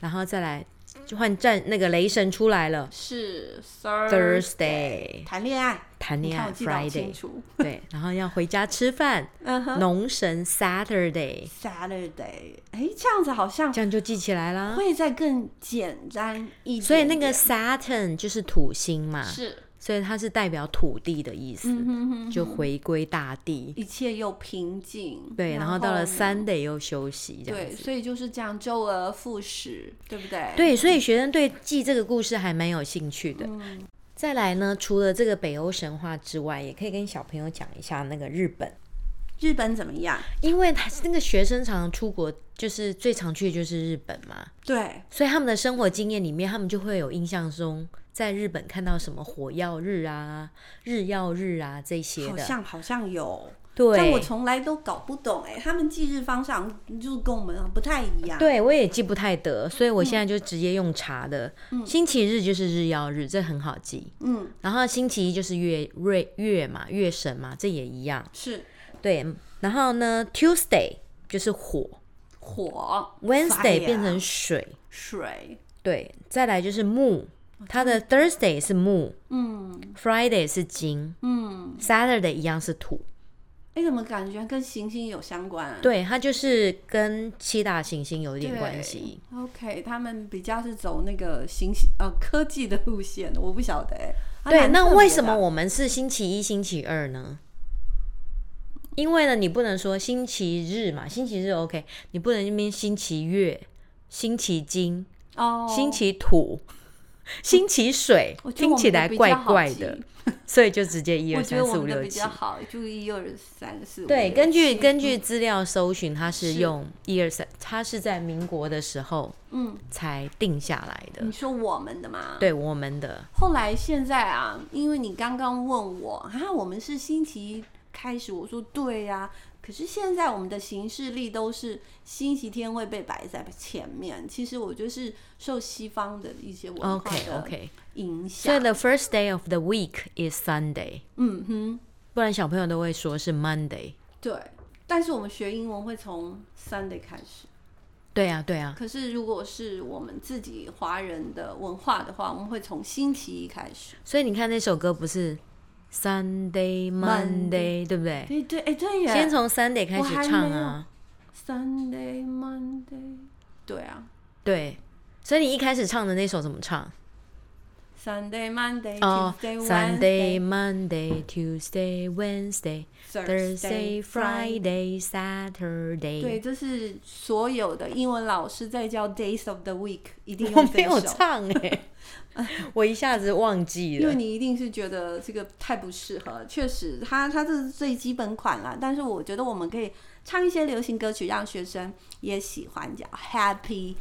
Speaker 2: 然后再来就换战那个雷神出来了
Speaker 1: 是
Speaker 2: Thursday，
Speaker 1: 谈恋爱，
Speaker 2: 谈
Speaker 1: 你
Speaker 2: 恋
Speaker 1: 看
Speaker 2: 爱
Speaker 1: 我记得好清
Speaker 2: Friday，
Speaker 1: 楚。
Speaker 2: 对，然后要回家吃饭，
Speaker 1: 嗯哼
Speaker 2: 农神 Saturday，
Speaker 1: ，Saturday，哎，这样子好像
Speaker 2: 这样就记起来啦。
Speaker 1: 会再更简单一点点。
Speaker 2: 所以那个 Saturn 就是土星嘛，
Speaker 1: 是嗯
Speaker 2: 所以它是代表土地的意思，嗯就回归大地。
Speaker 1: 一切又平静，
Speaker 2: 对，然
Speaker 1: 然
Speaker 2: 后到了
Speaker 1: 呢
Speaker 2: Sunday 又休息这样
Speaker 1: 对，
Speaker 2: 子。
Speaker 1: 所以就是这样周而复始，对不对？，
Speaker 2: 对，所以学生对记这个故事还蛮有兴趣的。
Speaker 1: 嗯
Speaker 2: 再来呢，除了这个北欧神话之外，也可以跟小朋友讲一下那个日本，
Speaker 1: 日本怎么样？
Speaker 2: 因为他那个学生常常出国，就是最常去的就是日本嘛，
Speaker 1: 对，
Speaker 2: 所以他们的生活经验里面，他们就会有印象中在日本看到什么火药日啊、日曜日啊这些
Speaker 1: 好
Speaker 2: 的。
Speaker 1: 像好像有，但我
Speaker 2: 对，
Speaker 1: 从来都搞不懂哎、他们记日方式好像就是跟我们不太一样。
Speaker 2: 对我也记不太得，所以我现在就直接用查的。星期日就是日曜日，这很好记。
Speaker 1: 嗯，
Speaker 2: 然后星期一就是月月月嘛，月神嘛，这也一样。
Speaker 1: 是
Speaker 2: 对，然后呢，Tuesday 就是火
Speaker 1: 火
Speaker 2: ，Wednesday 变
Speaker 1: fire，
Speaker 2: 成水，
Speaker 1: 水，
Speaker 2: 对，再来就是木，它的 Thursday 是木
Speaker 1: 哦嗯
Speaker 2: ，Friday 是金
Speaker 1: 嗯，
Speaker 2: ，Saturday 一样是土。
Speaker 1: 哎、怎么感觉跟行星有相关、啊？
Speaker 2: 对，它就是跟七大行星有一点关系。
Speaker 1: OK，他们比较是走那个行星呃科技的路线，我不晓得哎、还
Speaker 2: 对，
Speaker 1: 蛮
Speaker 2: 那
Speaker 1: 特别
Speaker 2: 为什
Speaker 1: 的
Speaker 2: 么我们是星期一、星期二呢？因为呢，你不能说星期日嘛，星期日 OK，你不能那边星期月、星期金、
Speaker 1: 哦？
Speaker 2: 星期土、星期水
Speaker 1: 我，觉得
Speaker 2: 听
Speaker 1: 我
Speaker 2: 起
Speaker 1: 们的
Speaker 2: 来
Speaker 1: 比
Speaker 2: 怪
Speaker 1: 较好
Speaker 2: 怪
Speaker 1: 记
Speaker 2: 的，所以就直接一
Speaker 1: 我
Speaker 2: 二
Speaker 1: 觉
Speaker 2: 三
Speaker 1: 得
Speaker 2: 四
Speaker 1: 我
Speaker 2: 五
Speaker 1: 们的
Speaker 2: 六
Speaker 1: 比
Speaker 2: 七
Speaker 1: 较。好，就一二三四五。
Speaker 2: 对，
Speaker 1: 六
Speaker 2: 根据
Speaker 1: 七
Speaker 2: 根据资料搜寻，它是
Speaker 1: 是
Speaker 2: 用一二三，它是在民国的时候
Speaker 1: 嗯，
Speaker 2: 才定下来的
Speaker 1: 你。说我们的嘛。
Speaker 2: 对，我们的
Speaker 1: 后来现在啊，因为你刚刚问我，啊，我们是星期一开始，我说对呀、可是现在我们的行事历都是星期天会被摆在前面。其实我就是受西方的一些文化
Speaker 2: OK
Speaker 1: 的
Speaker 2: OK，
Speaker 1: 影
Speaker 2: 所以
Speaker 1: 响。
Speaker 2: the first day of the week is Sunday，
Speaker 1: 嗯哼，
Speaker 2: 不然小朋友都会说是 Monday。
Speaker 1: 对。但是我们学英文会从 Sunday 开始。
Speaker 2: 对啊，对啊，
Speaker 1: 可是如果是我们自己华人的文化的话，我们会从星期一开始。
Speaker 2: 所以你看那首歌不是 Sunday Monday，对不对？
Speaker 1: 对对，哎对耶。
Speaker 2: 先从 Sunday 开
Speaker 1: 我
Speaker 2: 始
Speaker 1: 还
Speaker 2: 唱
Speaker 1: 没有
Speaker 2: 啊。
Speaker 1: Sunday Monday，对啊
Speaker 2: 对，所以你一开始唱的那首怎么唱？
Speaker 1: Sunday, Monday,
Speaker 2: 哦
Speaker 1: Tuesday,
Speaker 2: ，Sunday,
Speaker 1: Wednesday,
Speaker 2: Monday, Tuesday, Wednesday, Thursday, Friday, Saturday。
Speaker 1: 对，这是所有的英文老师在教 Days of the Week 一定
Speaker 2: 我
Speaker 1: 用这
Speaker 2: 没有
Speaker 1: 一首，
Speaker 2: 唱哎、 我一下子忘记
Speaker 1: 因为
Speaker 2: 了。
Speaker 1: 你一定是觉得这个太不适合了。确实，它它这是最基本款啦。但是我觉得我们可以唱一些流行歌曲，让学生也喜欢，叫 Happy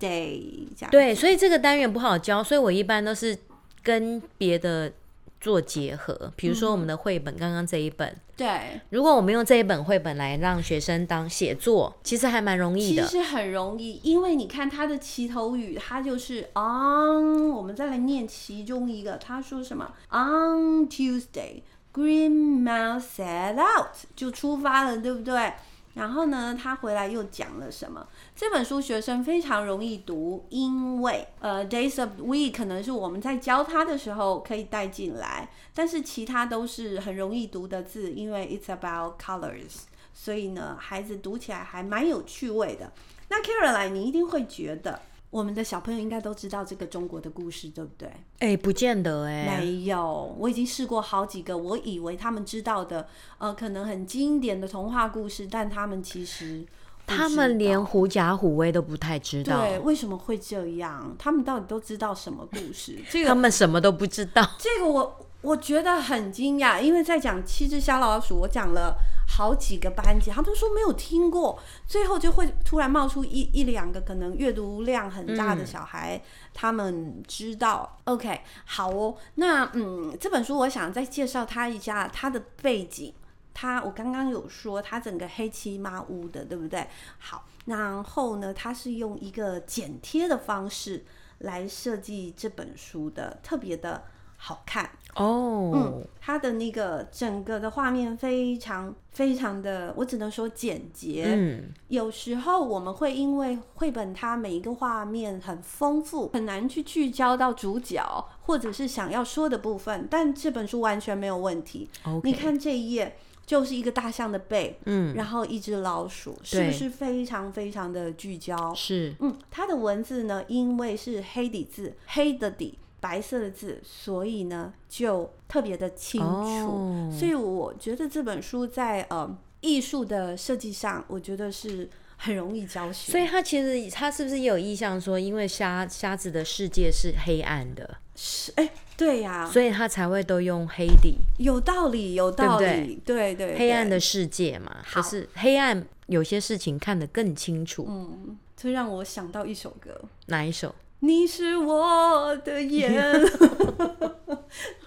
Speaker 1: Day 这样。
Speaker 2: 对，所以这个单元不好教，所以我一般都是跟别的做结合，比
Speaker 1: 嗯
Speaker 2: 如说我们的绘本，刚刚这一本，
Speaker 1: 对，
Speaker 2: 如果我们用这一本绘本来让学生当写作，其实还蛮容易
Speaker 1: 其
Speaker 2: 的。
Speaker 1: 实很容易，因为你看它的起头语，它就是 on。我们再来念其中一个，他说什么？On Tuesday, Green Mile set out，就出发了，对不对？然后呢，他回来又讲了什么？这本书学生非常容易读，因为呃，Days of the Week 可能是我们在教他的时候可以带进来，但是其他都是很容易读的字，因为 It's about colors，所以呢，孩子读起来还蛮有趣味的。那 Caroline，你一定会觉得我们的小朋友应该都知道这个中国的故事，对不对？
Speaker 2: 哎、不见得哎、
Speaker 1: 没有，我已经试过好几个，我以为他们知道的，呃，可能很经典的童话故事，但他们其实不
Speaker 2: 他
Speaker 1: 知
Speaker 2: 们连
Speaker 1: 道
Speaker 2: 狐假虎威都不太知道，
Speaker 1: 对为什么会这样，他们到底都知道什么故事？这
Speaker 2: 他
Speaker 1: 个
Speaker 2: 们什么都不知道。
Speaker 1: 这个我我觉得很惊讶，因为在讲七只小老鼠，我讲了好几个班级，他们说没有听过，最后就会突然冒出一一两个可能阅读量很大的小孩，他们知道。OK，好哦，那嗯，这本书我想再介绍它一下它的背景。它我刚刚有说它整个黑漆麻乌的，对不对？好，然后呢，它是用一个剪贴的方式来设计这本书的，特别的好看。
Speaker 2: 哦，
Speaker 1: 嗯，它的那个整个的画面非常非常的，我只能说简洁。
Speaker 2: 嗯，
Speaker 1: 有时候我们会因为绘本它每一个画面很丰富，很难去聚焦到主角或者是想要说的部分，但这本书完全没有问题。
Speaker 2: OK
Speaker 1: 你看这一页。就是一个大象的背，嗯，然后一只老鼠，是不
Speaker 2: 对
Speaker 1: 是非常非常的聚焦？
Speaker 2: 是
Speaker 1: 嗯，它的文字呢，因为是黑底字，黑的底，白色的字，所以呢就特别的清楚。
Speaker 2: 哦，
Speaker 1: 所以我觉得这本书在呃艺术的设计上，我觉得是很容易教学。
Speaker 2: 所以他其实他是不是也有意向说，因为瞎瞎子的世界是黑暗的，
Speaker 1: 是哎，对呀、
Speaker 2: 所以他才会都用黑底
Speaker 1: 有道理，有道
Speaker 2: 对不
Speaker 1: 理，对对
Speaker 2: 黑暗
Speaker 1: 对
Speaker 2: 的世界嘛。可是黑暗有些事情看得更清楚，
Speaker 1: 嗯这让我想到一首歌，
Speaker 2: 哪一首？
Speaker 1: 你是我的 眼。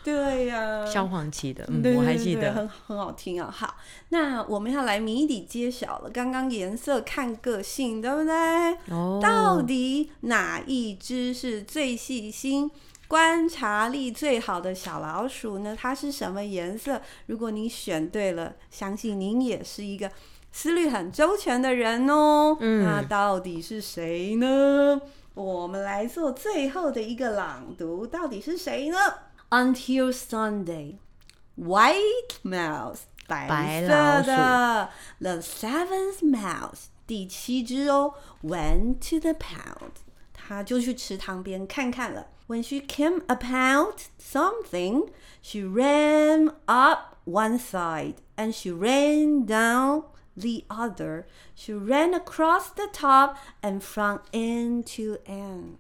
Speaker 1: 对呀、
Speaker 2: 萧煌奇的，嗯
Speaker 1: 对，
Speaker 2: 我
Speaker 1: 对
Speaker 2: 还
Speaker 1: 对
Speaker 2: 记
Speaker 1: 对
Speaker 2: 得。
Speaker 1: 很很好听啊。好，那我们要来谜底揭晓了。刚刚颜色看个性，对不对？
Speaker 2: 哦，
Speaker 1: 到底哪一只是最细心、观察力最好的小老鼠呢？它是什么颜色？如果你选对了，相信您也是一个思虑很周全的人哦。
Speaker 2: 嗯
Speaker 1: 那到底是谁呢？我们来做最后的一个朗读，到底是谁呢？Until Sunday, White Mouse，
Speaker 2: 白
Speaker 1: 白
Speaker 2: 老
Speaker 1: 色的，The Seventh Mouse，第七只哦，went to the pound，他就去池塘边看看了。When she came upon something, she ran up one side and she ran down the other. She ran across the top and from end to end.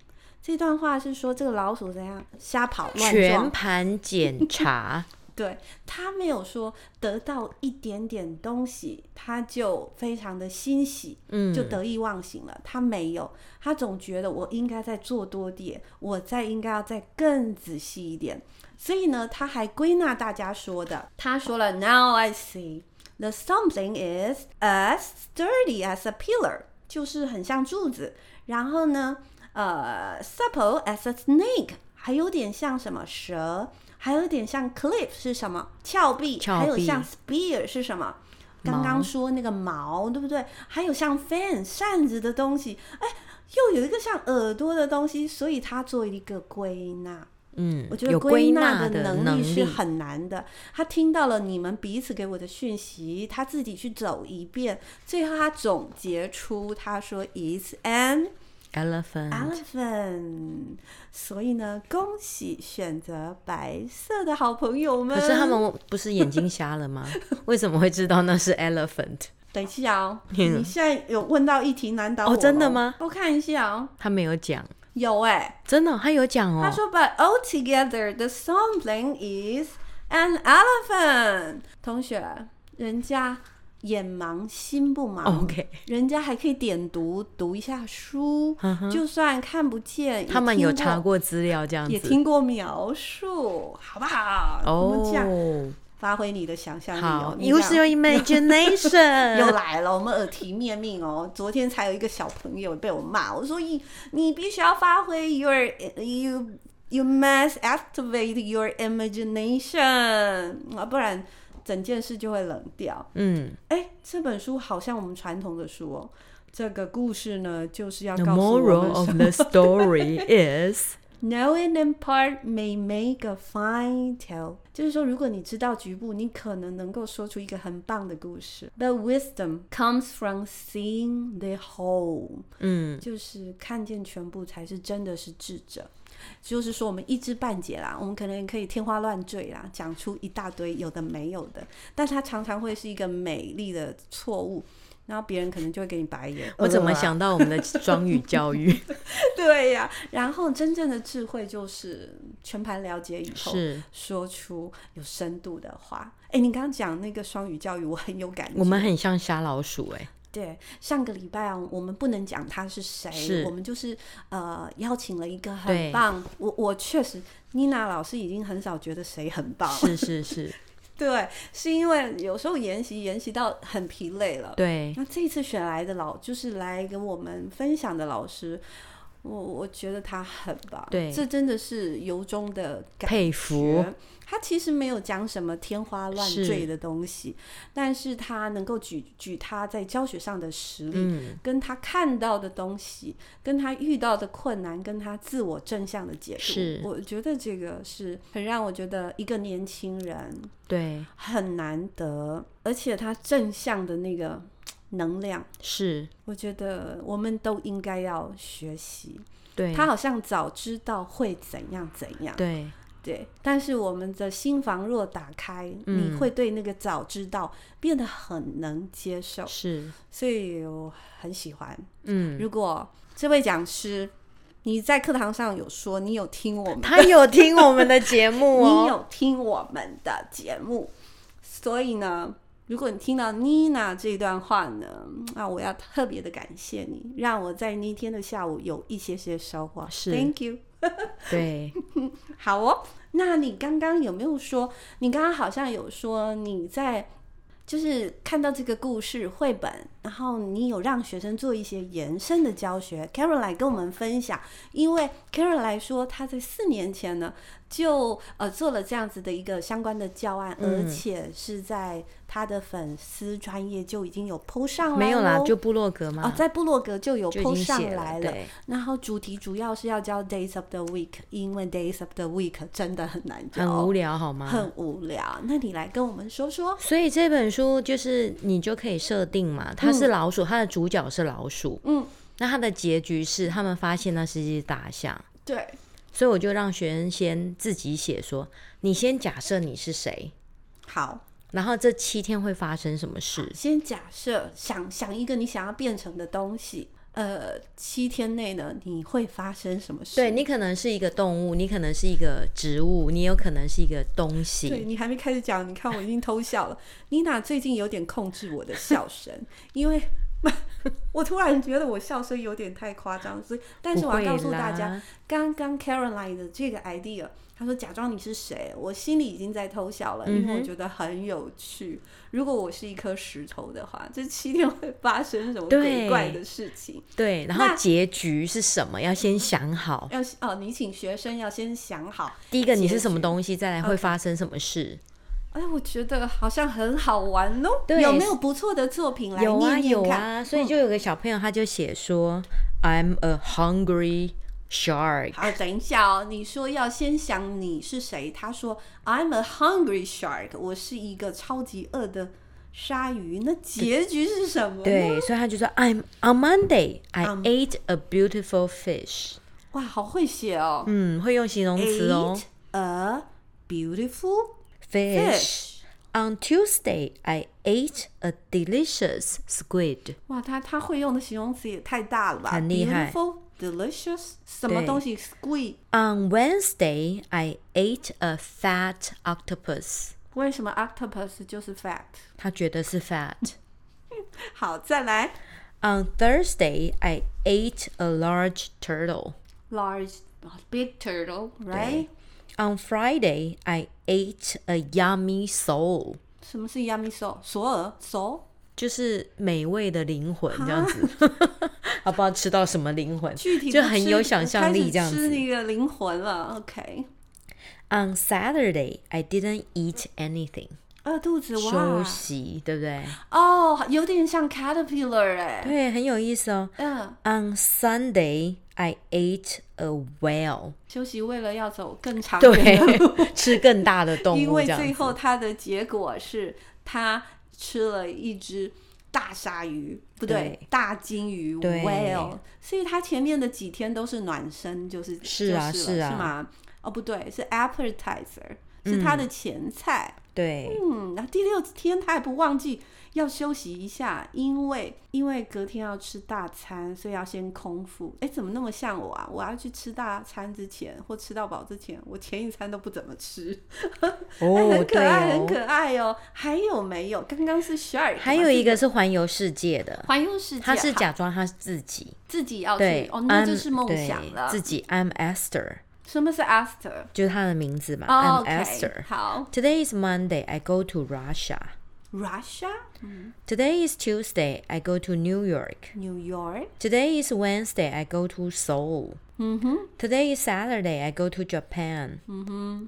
Speaker 1: 这段话是说这个老鼠怎样瞎跑乱撞
Speaker 2: 全，盘检 查，
Speaker 1: 对他没有说得到一点点东西，他就非常的欣喜，
Speaker 2: 嗯
Speaker 1: 就得意忘形了。他没有，他总觉得我应该再做多点，我再应该要再更仔细一点。所以呢，他还归纳大家说的，他说了，Now I see the something is as sturdy as a pillar，就是很像柱子。然后呢，呃，supple as a snake，还有点像什么蛇，还有点像 cliff 是什么峭壁，
Speaker 2: 峭
Speaker 1: 还有
Speaker 2: 壁
Speaker 1: 像 spear 是什么？刚刚说那个毛，对不对？还有像 fan 扇子的东西，哎，又有一个像耳朵的东西，所以他做一个归纳。
Speaker 2: 嗯，
Speaker 1: 我觉得
Speaker 2: 有归
Speaker 1: 纳
Speaker 2: 的
Speaker 1: 能力
Speaker 2: 力
Speaker 1: 是很难的。他听到了你们彼此给我的讯息，他自己去走一遍，最后他总结出他说 is an
Speaker 2: elephant，
Speaker 1: elephant，所以呢，恭喜选择白色的好朋友们。
Speaker 2: 可是他们不是眼睛瞎了 吗？为什么会知道那是 elephant？
Speaker 1: 等一下 哦，
Speaker 2: 嗯
Speaker 1: 你现在有问到一题难倒我
Speaker 2: 哦真的
Speaker 1: 喽
Speaker 2: 吗？
Speaker 1: 我看一下哦，
Speaker 2: 他没有讲，
Speaker 1: 有哎、
Speaker 2: 真的、他有讲
Speaker 1: 他
Speaker 2: 哦。
Speaker 1: 说，But altogether, the song playing is an elephant。同学，人家眼盲心不盲
Speaker 2: OK，
Speaker 1: 人家还可以点读读一下书，
Speaker 2: 嗯哼
Speaker 1: 就算看不见，也
Speaker 2: 他们有
Speaker 1: 听
Speaker 2: 查过资料这样
Speaker 1: 也
Speaker 2: 子。
Speaker 1: 听过描述，好不好？我们这样
Speaker 2: 哦，
Speaker 1: 发挥你的想象力哦
Speaker 2: 好。
Speaker 1: 你这样
Speaker 2: ，use your imagination。
Speaker 1: 又来了，我们耳提面命哦。昨天才有一个小朋友被我骂，我说你你必须要发挥 your you you must activate your imagination 啊，不然整件事就会冷掉。
Speaker 2: 嗯
Speaker 1: 哎，这本书好像我们传统的书哦。这个故事呢，就是要
Speaker 2: ，The
Speaker 1: 告诉我
Speaker 2: moral
Speaker 1: 们
Speaker 2: of
Speaker 1: 说
Speaker 2: the story is，
Speaker 1: ，knowing in part may make a fine tale，就是说，如果你知道局部，你可能能够说出一个很棒的故事。But wisdom comes from seeing the whole。
Speaker 2: 嗯，
Speaker 1: 就是看见全部才是真的是智者。就是说，我们一知半解啦，我们可能可以天花乱坠啦，讲出一大堆有的没有的，但它常常会是一个美丽的错误，然后别人可能就会给你白眼。
Speaker 2: 我怎么
Speaker 1: 呃啊
Speaker 2: 想到我们的双语教育？
Speaker 1: 对呀、然后真正的智慧就是全盘了解以后，
Speaker 2: 是
Speaker 1: 说出有深度的话。哎，你刚刚讲那个双语教育，我很有感觉。
Speaker 2: 我们很像瞎老鼠哎、
Speaker 1: 对，上个礼拜啊，我们不能讲他是谁，
Speaker 2: 是
Speaker 1: 我们就是呃邀请了一个
Speaker 2: 对
Speaker 1: 很棒，我我确实妮娜老师已经很少觉得谁很棒，
Speaker 2: 是是是，
Speaker 1: 对，是因为有时候研习研习到很疲累了。
Speaker 2: 对，
Speaker 1: 那这一次选来的老就是来跟我们分享的老师，我我觉得他很棒，
Speaker 2: 对
Speaker 1: 这真的是由衷的感
Speaker 2: 佩服
Speaker 1: 觉。他其实没有讲什么天花乱
Speaker 2: 是
Speaker 1: 坠的东西，但是他能够举举他在教学上的实力，
Speaker 2: 嗯，
Speaker 1: 跟他看到的东西，跟他遇到的困难，跟他自我正向的解
Speaker 2: 是
Speaker 1: 读，我觉得这个是很让我觉得一个年轻人
Speaker 2: 对，
Speaker 1: 很难得，而且他正向的那个能量，
Speaker 2: 是，
Speaker 1: 我觉得我们都应该要学习。
Speaker 2: 对，
Speaker 1: 他好像早知道会怎样怎样，
Speaker 2: 对，
Speaker 1: 对，但是我们的心房若打开，
Speaker 2: 嗯
Speaker 1: 你会对那个早知道变得很能接受，
Speaker 2: 是，
Speaker 1: 所以我很喜欢。
Speaker 2: 嗯，
Speaker 1: 如果这位讲师你在课堂上有说你有听我们，
Speaker 2: 他有听我们的节目
Speaker 1: 你
Speaker 2: 哦，
Speaker 1: 有听我们的节目，所以呢，如果你听到妮娜这段话呢，啊，我要特别的感谢你，让我在那天的下午有一些些收获。
Speaker 2: 是
Speaker 1: Thank you。
Speaker 2: 对，
Speaker 1: 好哦，那你刚刚有没有说？你刚刚好像有说你在。就是看到这个故事绘本，然后你有让学生做一些延伸的教学。Carol 来跟我们分享，因为 Carol 来说，他在四年前呢就呃做了这样子的一个相关的教案，
Speaker 2: 嗯
Speaker 1: 而且是在他的粉丝专业就已经有 PO 上来
Speaker 2: 没有啦，
Speaker 1: 咯
Speaker 2: 就部落格
Speaker 1: 哦
Speaker 2: 嘛，，
Speaker 1: 在部落格就有
Speaker 2: 就已
Speaker 1: PO
Speaker 2: 经
Speaker 1: 上
Speaker 2: 写
Speaker 1: 来了。
Speaker 2: 对，
Speaker 1: 然后主题主要是要教 Days of the Week，因为 Days of the Week 真的很难教，
Speaker 2: 很无聊好吗？
Speaker 1: 很无聊。那你来跟我们说说，
Speaker 2: 所以这本书就是你就可以设定嘛，它是老鼠，它的主角是老鼠，
Speaker 1: 嗯，
Speaker 2: 那它的结局是他们发现那是一只大象，
Speaker 1: 对，
Speaker 2: 所以我就让学生先自己写说，你先假设你是谁，
Speaker 1: 好，
Speaker 2: 然后这七天会发生什么事，
Speaker 1: 先假设想想一个你想要变成的东西，呃，七天内呢你会发生什么事？
Speaker 2: 对你可能是一个动物，你可能是一个植物，你有可能是一个东
Speaker 1: 对
Speaker 2: 西，
Speaker 1: 你还没开始讲，你看我已经偷笑了。 妮娜最近有点控制我的笑声，因为 我突然觉得我笑声有点太夸张，所以但是
Speaker 2: 不
Speaker 1: 我
Speaker 2: 会
Speaker 1: 要告诉大家，
Speaker 2: 啦，
Speaker 1: 刚刚 Caroline 的这个 idea，她说假装你是谁，我心里已经在偷笑
Speaker 2: 嗯
Speaker 1: 了，因为我觉得很有趣。如果我是一颗石头的话，这七天会发生什么
Speaker 2: 对
Speaker 1: 鬼怪的事情？
Speaker 2: 对，然后结局是什么要先想好，
Speaker 1: 要哦，你请学生要先想好。
Speaker 2: 第一个你
Speaker 1: 结
Speaker 2: 是什么
Speaker 1: 局
Speaker 2: 东西，再来会发生什么事，
Speaker 1: 哎，我觉得好像很好玩哦。
Speaker 2: 对
Speaker 1: 有没有不错的作品来
Speaker 2: 有啊
Speaker 1: 念
Speaker 2: 有
Speaker 1: 念看？
Speaker 2: 啊，所以就有个小朋友他就写说、i m a hungry shark。
Speaker 1: 好，等一下哦，你说要先想你是谁？他说 I'm a hungry shark，我是一个超级饿的鲨鱼，那结局是什么？，
Speaker 2: 对，所以他就说，I'm on Monday, I
Speaker 1: On-
Speaker 2: ate a beautiful fish。
Speaker 1: 哇，好会写哦。
Speaker 2: 嗯，会用形容词哦
Speaker 1: Ate a beautiful
Speaker 2: ，fish。
Speaker 1: fish。
Speaker 2: On Tuesday, I ate a delicious squid。
Speaker 1: 哇，他他会用的形容词也太大了吧？
Speaker 2: 很厉害
Speaker 1: Beautiful, delicious，什么
Speaker 2: 对
Speaker 1: 东西？Squid。
Speaker 2: On Wednesday, I ate a fat octopus。
Speaker 1: 为什么 octopus 就是 fat？
Speaker 2: 他觉得是 fat。
Speaker 1: 好，再来
Speaker 2: On Thursday, I ate a large turtle。
Speaker 1: large big turtle，right？
Speaker 2: 对 On Friday, I ate a yummy soul，
Speaker 1: 什么是 yummy soul？索尔 soul？
Speaker 2: 就是美味的灵魂这样子。 他不知道吃到什么灵魂，
Speaker 1: 具体
Speaker 2: 就
Speaker 1: 不
Speaker 2: 很
Speaker 1: 吃
Speaker 2: 有想象力这样
Speaker 1: 开始吃
Speaker 2: 子。
Speaker 1: 那个灵魂了。OK，
Speaker 2: On Saturday, I didn't eat anything，
Speaker 1: 饿肚子
Speaker 2: 休
Speaker 1: 哇！
Speaker 2: 息，对不对？
Speaker 1: 哦，有点像 caterpillar 哎、
Speaker 2: 对，很有意思哦。
Speaker 1: 嗯，
Speaker 2: On Sunday, I ate a whale，
Speaker 1: 休息为了要走更长
Speaker 2: 对
Speaker 1: 远 的路，，
Speaker 2: 吃更大的 动
Speaker 1: 因
Speaker 2: 物
Speaker 1: 为
Speaker 2: 这样
Speaker 1: 最
Speaker 2: 子。
Speaker 1: 后他的结果是他吃了一只大鲨鱼，不对，
Speaker 2: 对
Speaker 1: 大金鱼
Speaker 2: 对
Speaker 1: whale，所以他前面的几天都是暖身，就是
Speaker 2: 是啊
Speaker 1: 就是了
Speaker 2: 是啊嗯
Speaker 1: 是吗？哦，不对，是 appetizer，是他的前菜。
Speaker 2: 对，
Speaker 1: 嗯，那第六天他还不忘记要休息一下，因为因为隔天要吃大餐，所以要先空腹。哎，怎么那么像我啊？我要去吃大餐之前或吃到饱之前，我前一餐都不怎么吃。哎
Speaker 2: 哦，
Speaker 1: 很可
Speaker 2: 对
Speaker 1: 爱，很
Speaker 2: 哦。
Speaker 1: 可爱哦。还有没有？刚刚是 shark，
Speaker 2: 还有一个是环游世界的，
Speaker 1: 环游世界，
Speaker 2: 他是
Speaker 1: 好
Speaker 2: 假装他自己，
Speaker 1: 自己要
Speaker 2: 对
Speaker 1: 去，哦，那
Speaker 2: I'm-
Speaker 1: 就是梦
Speaker 2: 对
Speaker 1: 想了。
Speaker 2: 自己，I'm Esther，
Speaker 1: 什么是 Aster？
Speaker 2: 就是他的名字嘛、
Speaker 1: 哦
Speaker 2: i m
Speaker 1: ，OK，
Speaker 2: Esther。
Speaker 1: 好
Speaker 2: Today is Monday. I go to Russia.
Speaker 1: ，Russia、
Speaker 2: Today is Tuesday. I go to New York.
Speaker 1: New York、
Speaker 2: Today is Wednesday. I go to Seoul.
Speaker 1: Mm-hmm.
Speaker 2: Today is Saturday. I go to Japan.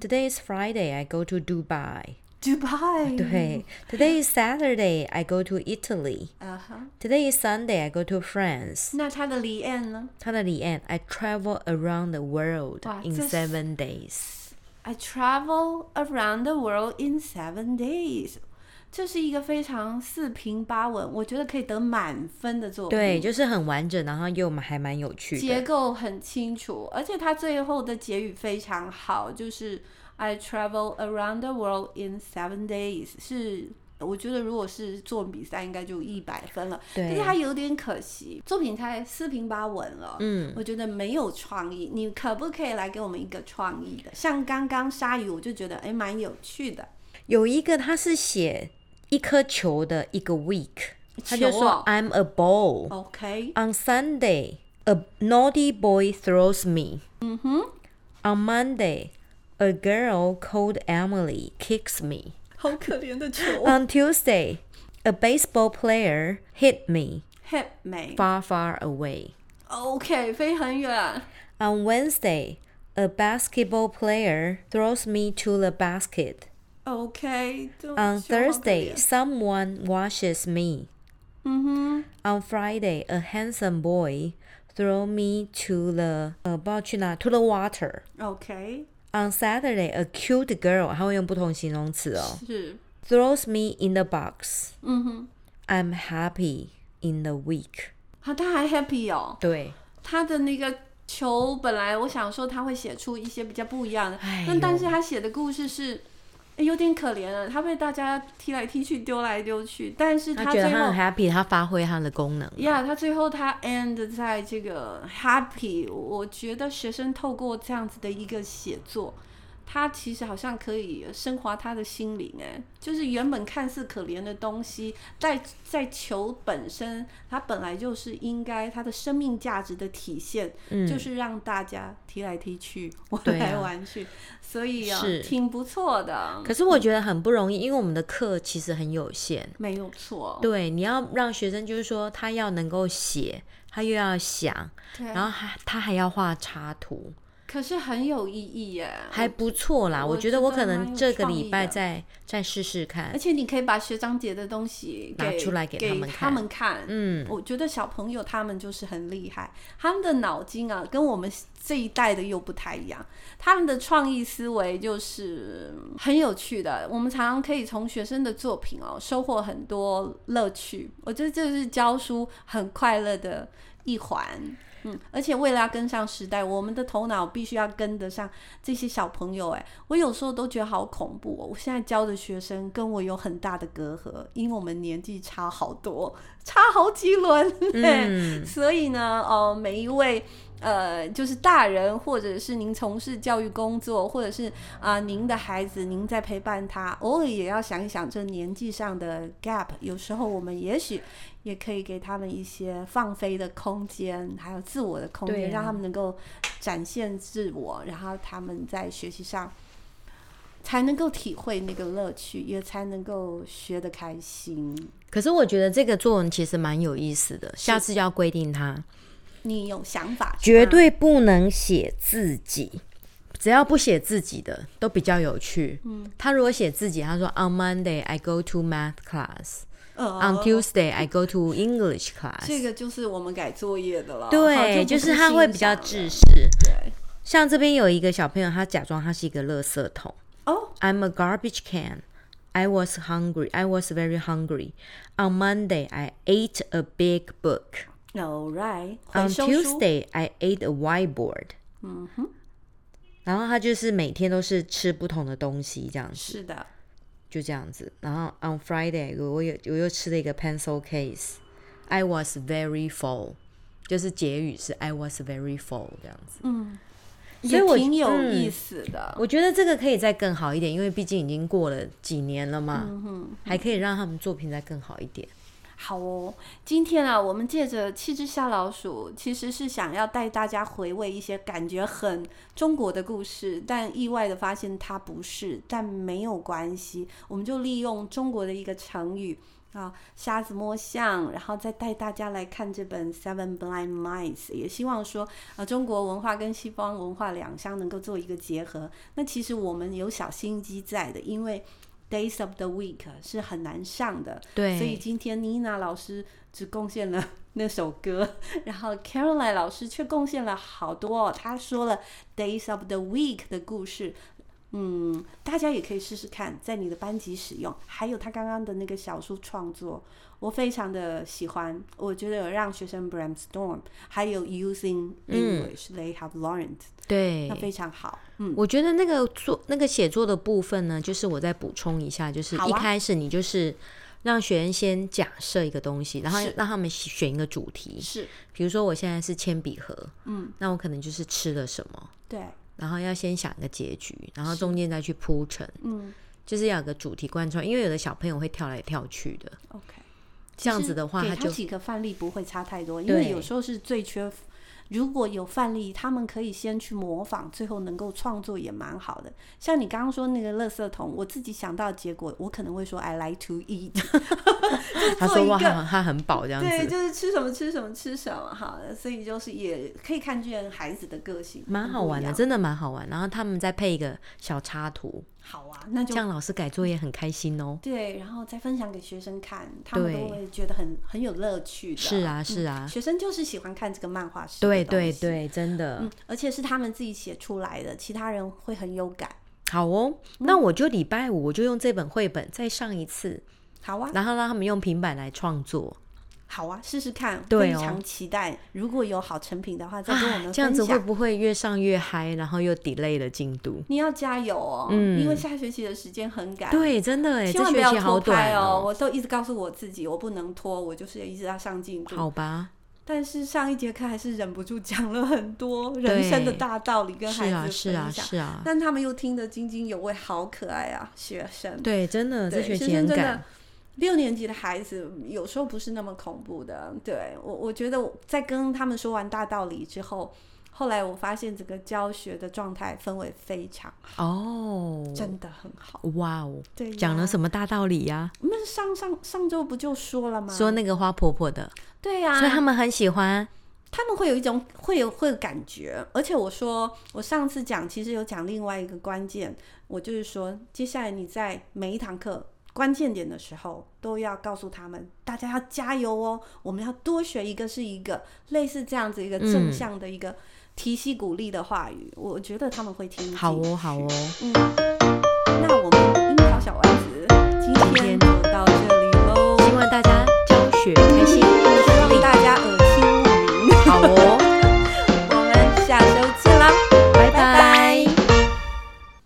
Speaker 2: Today is Friday. I go to Dubai.
Speaker 1: Dubai，，
Speaker 2: 对，Today is Saturday. I go to Italy.
Speaker 1: 啊哈。
Speaker 2: Today is Sunday. I go to France.
Speaker 1: 那他的离岸呢
Speaker 2: 它的李安，I travel around the world
Speaker 1: 哇
Speaker 2: in
Speaker 1: 这是
Speaker 2: seven days。
Speaker 1: ？I travel around the world in seven days。这是一个非常四平八稳，我觉得可以得满分的作品。
Speaker 2: 对，就是很完整，然后又蛮还蛮有趣
Speaker 1: 结
Speaker 2: 的。
Speaker 1: 构很清楚，而且它最后的结语非常好，就是 I travel around the world in seven days，是我觉得如果是作文比赛，应该就一百分了。
Speaker 2: 对
Speaker 1: 但是它有点可惜，作品太四平八稳了。嗯，我觉得没有创意。你可不可以来给我们一个创意的？像刚刚鲨鱼，我就觉得哎蛮有趣的。
Speaker 2: 有一个他是写一颗球的一个 week，他就
Speaker 1: 球
Speaker 2: 说、
Speaker 1: 哦
Speaker 2: I'm a ball
Speaker 1: OK，
Speaker 2: on Sunday a naughty boy throws me。嗯哼。On
Speaker 1: Mm-hmm.
Speaker 2: Monday a girl called Emily kicks me.
Speaker 1: 好可怜的球
Speaker 2: On Tuesday a baseball player hit me
Speaker 1: ，hit 美
Speaker 2: far far away.
Speaker 1: ，OK，飞很远。
Speaker 2: On Wednesday a basketball player throws me to the basket.
Speaker 1: OK，就球
Speaker 2: On
Speaker 1: 好可
Speaker 2: Thursday,
Speaker 1: 怜
Speaker 2: someone washes me.
Speaker 1: 嗯
Speaker 2: On Friday, a handsome boy throw me to the 呃不知道去哪 to the water.
Speaker 1: OK，
Speaker 2: On Saturday, a cute girl 还会用不同形容词哦
Speaker 1: 是，
Speaker 2: throws me in the box.
Speaker 1: 嗯哼，
Speaker 2: I'm happy in the week.
Speaker 1: 啊，他还 happy 哦，
Speaker 2: 对，
Speaker 1: 他的那个球本来我想说他会写出一些比较不一样的
Speaker 2: 哎，
Speaker 1: 但但是
Speaker 2: 呦
Speaker 1: 他写的故事是。哎有点可怜了，他被大家踢来踢去、丢来丢去，但是
Speaker 2: 他觉
Speaker 1: 最
Speaker 2: 得他
Speaker 1: 后
Speaker 2: 很 happy，他发挥他的功能。
Speaker 1: 呀他最后他 end 在这个 happy，我觉得学生透过这样子的一个写作，他其实好像可以升华他的心灵，哎，就是原本看似可怜的东西，在在球本身，它本来就是应该它的生命价值的体现，
Speaker 2: 嗯
Speaker 1: 就是让大家踢来踢去，玩
Speaker 2: 对啊
Speaker 1: 来玩去，所以啊
Speaker 2: 是，
Speaker 1: 挺不错的，
Speaker 2: 可是我觉得很不容易，因为我们的课其实很有限。
Speaker 1: 没有错，
Speaker 2: 对，你要让学生就是说，他要能够写，他又要想，
Speaker 1: 对
Speaker 2: 然后还他还要画插图，
Speaker 1: 可是很有意义哎耶，
Speaker 2: 还不错啦。
Speaker 1: 我
Speaker 2: 我觉得
Speaker 1: 觉
Speaker 2: 我
Speaker 1: 得
Speaker 2: 可
Speaker 1: 蛮
Speaker 2: 能
Speaker 1: 有
Speaker 2: 这个
Speaker 1: 创意
Speaker 2: 礼拜
Speaker 1: 的
Speaker 2: 再再试试
Speaker 1: 而
Speaker 2: 看。
Speaker 1: 且你可以把学长姐的东西
Speaker 2: 拿
Speaker 1: 给
Speaker 2: 出来给
Speaker 1: 给
Speaker 2: 他们
Speaker 1: 他
Speaker 2: 看
Speaker 1: 们看。
Speaker 2: 嗯，
Speaker 1: 我觉得小朋友他们就是很厉害，他们的脑筋啊，跟我们这一代的又不太一样。他们的创意思维就是嗯很有趣的，我们常常可以从学生的作品哦收获很多乐趣。我觉得这是教书很快乐的一环。嗯，而且为了要跟上时代，我们的头脑必须要跟得上这些小朋友。哎，我有时候都觉得好恐怖哦！我现在教的学生跟我有很大的隔阂，因为我们年纪差好多。差好几轮
Speaker 2: 嗯
Speaker 1: 嘞、所以呢，呃，每一位呃，就是大人或者是您从事教育工作，或者是啊、您的孩子，您在陪伴他，偶尔也要想一想这年纪上的 gap，有时候我们也许也可以给他们一些放飞的空间，还有自我的空
Speaker 2: 对
Speaker 1: 间，
Speaker 2: 啊
Speaker 1: 让他们能够展现自我，然后他们在学习上。才能够体会那个乐趣，也才能够学得开心。
Speaker 2: 可是我觉得这个作文其实蛮有意思的，下次要规定它。
Speaker 1: 嗯你有想法，
Speaker 2: 绝对不能写自己，只要不写自己的都比较有趣。嗯，他如果写自己，他说 On Monday I go to math class,
Speaker 1: 呃
Speaker 2: on Tuesday I go to English class。
Speaker 1: 这个就是我们改作业的了。好
Speaker 2: 对，
Speaker 1: 不
Speaker 2: 就是
Speaker 1: 是
Speaker 2: 他会比
Speaker 1: 欣
Speaker 2: 较
Speaker 1: 赏
Speaker 2: 自
Speaker 1: 了
Speaker 2: 私。
Speaker 1: 对
Speaker 2: 像这边有一个小朋友，他假装他是一个垃圾桶。
Speaker 1: 哦，
Speaker 2: I'm a garbage can. I was hungry. I was very hungry. On Monday, I ate a big book.
Speaker 1: ，All right，回
Speaker 2: On
Speaker 1: 收书嗯
Speaker 2: Tuesday, I ate a whiteboard。然后他就是每天都是吃不同的东西，这样子
Speaker 1: 是的，
Speaker 2: 就这样子。然后 on Friday，我我有我又吃了一个 pencil case。I was very full，就是结语是 I was very full 这样子。所以
Speaker 1: 也
Speaker 2: 我嗯
Speaker 1: 挺有意思的。
Speaker 2: 我觉得这个可以再更好一点，因为毕竟已经过了几年了嘛，
Speaker 1: 嗯
Speaker 2: 还可以让他们作品再更好一点。
Speaker 1: 好哦，今天啊，我们借着七只小老鼠，其实是想要带大家回味一些感觉很中国的故事，但意外的发现它不是，但没有关系，我们就利用中国的一个成语。啊，瞎子摸象，然后再带大家来看这本《Seven Blind Mice》，也希望说，呃，中国文化跟西方文化两相能够做一个结合。那其实我们有小心机在的，因为 Days of the Week 是很难上的，
Speaker 2: 对，
Speaker 1: 所以今天妮娜老师只贡献了 那首歌，然后 Caroline 老师却贡献了好多、哦。她说了 Days of the Week 的故事，嗯，大家也可以试试看，在你的班级使用。还有她刚刚的那个小书创作，我非常的喜欢，我觉得有让学生 brainstorm，还有 Using English、They have learned，
Speaker 2: 嗯对
Speaker 1: 那，非常好。嗯，
Speaker 2: 我觉得那个做那个写作的部分呢，就是我再补充一下，就是
Speaker 1: 好啊
Speaker 2: 一开始你就是让学员先假设一个东西，然后
Speaker 1: 是
Speaker 2: 让他们选一个主题。
Speaker 1: 是
Speaker 2: 比如说我现在是铅笔盒，嗯，那我可能就是吃了什么，
Speaker 1: 对，
Speaker 2: 然后要先想一个结局，然后中间再去铺陈，
Speaker 1: 嗯
Speaker 2: 就是要有个主题贯穿，因为有的小朋友会跳来跳去的，
Speaker 1: ，OK。
Speaker 2: 这样子的话
Speaker 1: 其
Speaker 2: 他
Speaker 1: 实给
Speaker 2: 就
Speaker 1: 他几个范例不会差太多，因为
Speaker 2: 对
Speaker 1: 有时候是最缺。如果有范例，他们可以先去模仿，最后能够创作也蛮好的。像你刚刚说那个垃圾桶，我自己想到的结果，我可能会说 I like to eat，就是
Speaker 2: 他
Speaker 1: 做
Speaker 2: 说
Speaker 1: 一
Speaker 2: 哇，
Speaker 1: 个
Speaker 2: 他他很饱这样
Speaker 1: 对，
Speaker 2: 子，
Speaker 1: 就是吃什么吃什么吃什么哈。所以就是也可以看见孩子的个性，
Speaker 2: 蛮好玩的，
Speaker 1: 不一样
Speaker 2: 真的蛮好玩。然后他们再配一个小插图，
Speaker 1: 好啊，那
Speaker 2: 这
Speaker 1: 就
Speaker 2: 样老师改作业很开心哦。
Speaker 1: 对，然后再分享给学生看，他们
Speaker 2: 对
Speaker 1: 都会觉得很很有乐趣的。嗯
Speaker 2: 是啊，是啊，
Speaker 1: 学生就是喜欢看这个漫画式的
Speaker 2: 对
Speaker 1: 东
Speaker 2: 对
Speaker 1: 西
Speaker 2: 对，真的。
Speaker 1: 嗯，而且是他们自己写出来的，其他人会很有感。
Speaker 2: 好哦，
Speaker 1: 嗯
Speaker 2: 那我就礼拜五我就用这本绘本再上一次，
Speaker 1: 好啊，
Speaker 2: 然后让他们用平板来创作。
Speaker 1: 好啊，试试看，
Speaker 2: 对
Speaker 1: 非
Speaker 2: 哦
Speaker 1: 常期待。如果有好成品的话，再跟我
Speaker 2: 啊
Speaker 1: 们，
Speaker 2: 这样子
Speaker 1: 分
Speaker 2: 会
Speaker 1: 享。
Speaker 2: 不会越上越嗨，然后又 delay 了进度？
Speaker 1: 你要加油哦，
Speaker 2: 嗯
Speaker 1: 因为下学期的时间很赶。。
Speaker 2: 对，真的哎，
Speaker 1: 千
Speaker 2: 这
Speaker 1: 万不
Speaker 2: 学
Speaker 1: 要
Speaker 2: 期好
Speaker 1: 拖拍
Speaker 2: 短
Speaker 1: 哦！。我都一直告诉我自己，我不能拖，我就是一直要上进度。
Speaker 2: 好吧，
Speaker 1: 但是上一节课还是忍不住讲了很多人生的
Speaker 2: 对
Speaker 1: 大道理跟
Speaker 2: 是
Speaker 1: 孩子
Speaker 2: 啊，
Speaker 1: 分
Speaker 2: 是
Speaker 1: 享，
Speaker 2: 啊，是啊，
Speaker 1: 但他们又听得津津有味，好可爱啊！学生，
Speaker 2: 对，真的这
Speaker 1: 对，
Speaker 2: 学
Speaker 1: 学
Speaker 2: 期
Speaker 1: 生
Speaker 2: 很
Speaker 1: 真
Speaker 2: 赶
Speaker 1: 的。。六年级的孩子有时候不是那么恐怖的，对我我觉得我在跟他们说完大道理之后，后来我发现整个教学的状态氛围非常好，
Speaker 2: 哦，
Speaker 1: 真的很好。
Speaker 2: 哇哦，
Speaker 1: 对呀，
Speaker 2: 讲了什么大道理呀？
Speaker 1: 我们
Speaker 2: 嗯
Speaker 1: 上上上周不就说了吗？
Speaker 2: 说那个花婆婆的，
Speaker 1: 对呀、
Speaker 2: 所以他们很喜欢。
Speaker 1: 他们会有一种会有会有感觉，而且我说我上次讲其实有讲另外一个关键，我就是说接下来你在每一堂课关键点的时候都要告诉他们，大家要加油哦，我们要多学一个是一个类似这样子一个正
Speaker 2: 嗯
Speaker 1: 向的一个提携鼓励的话语，我觉得他们会听进
Speaker 2: 好哦，好
Speaker 1: 去
Speaker 2: 哦。
Speaker 1: 嗯，那我们哦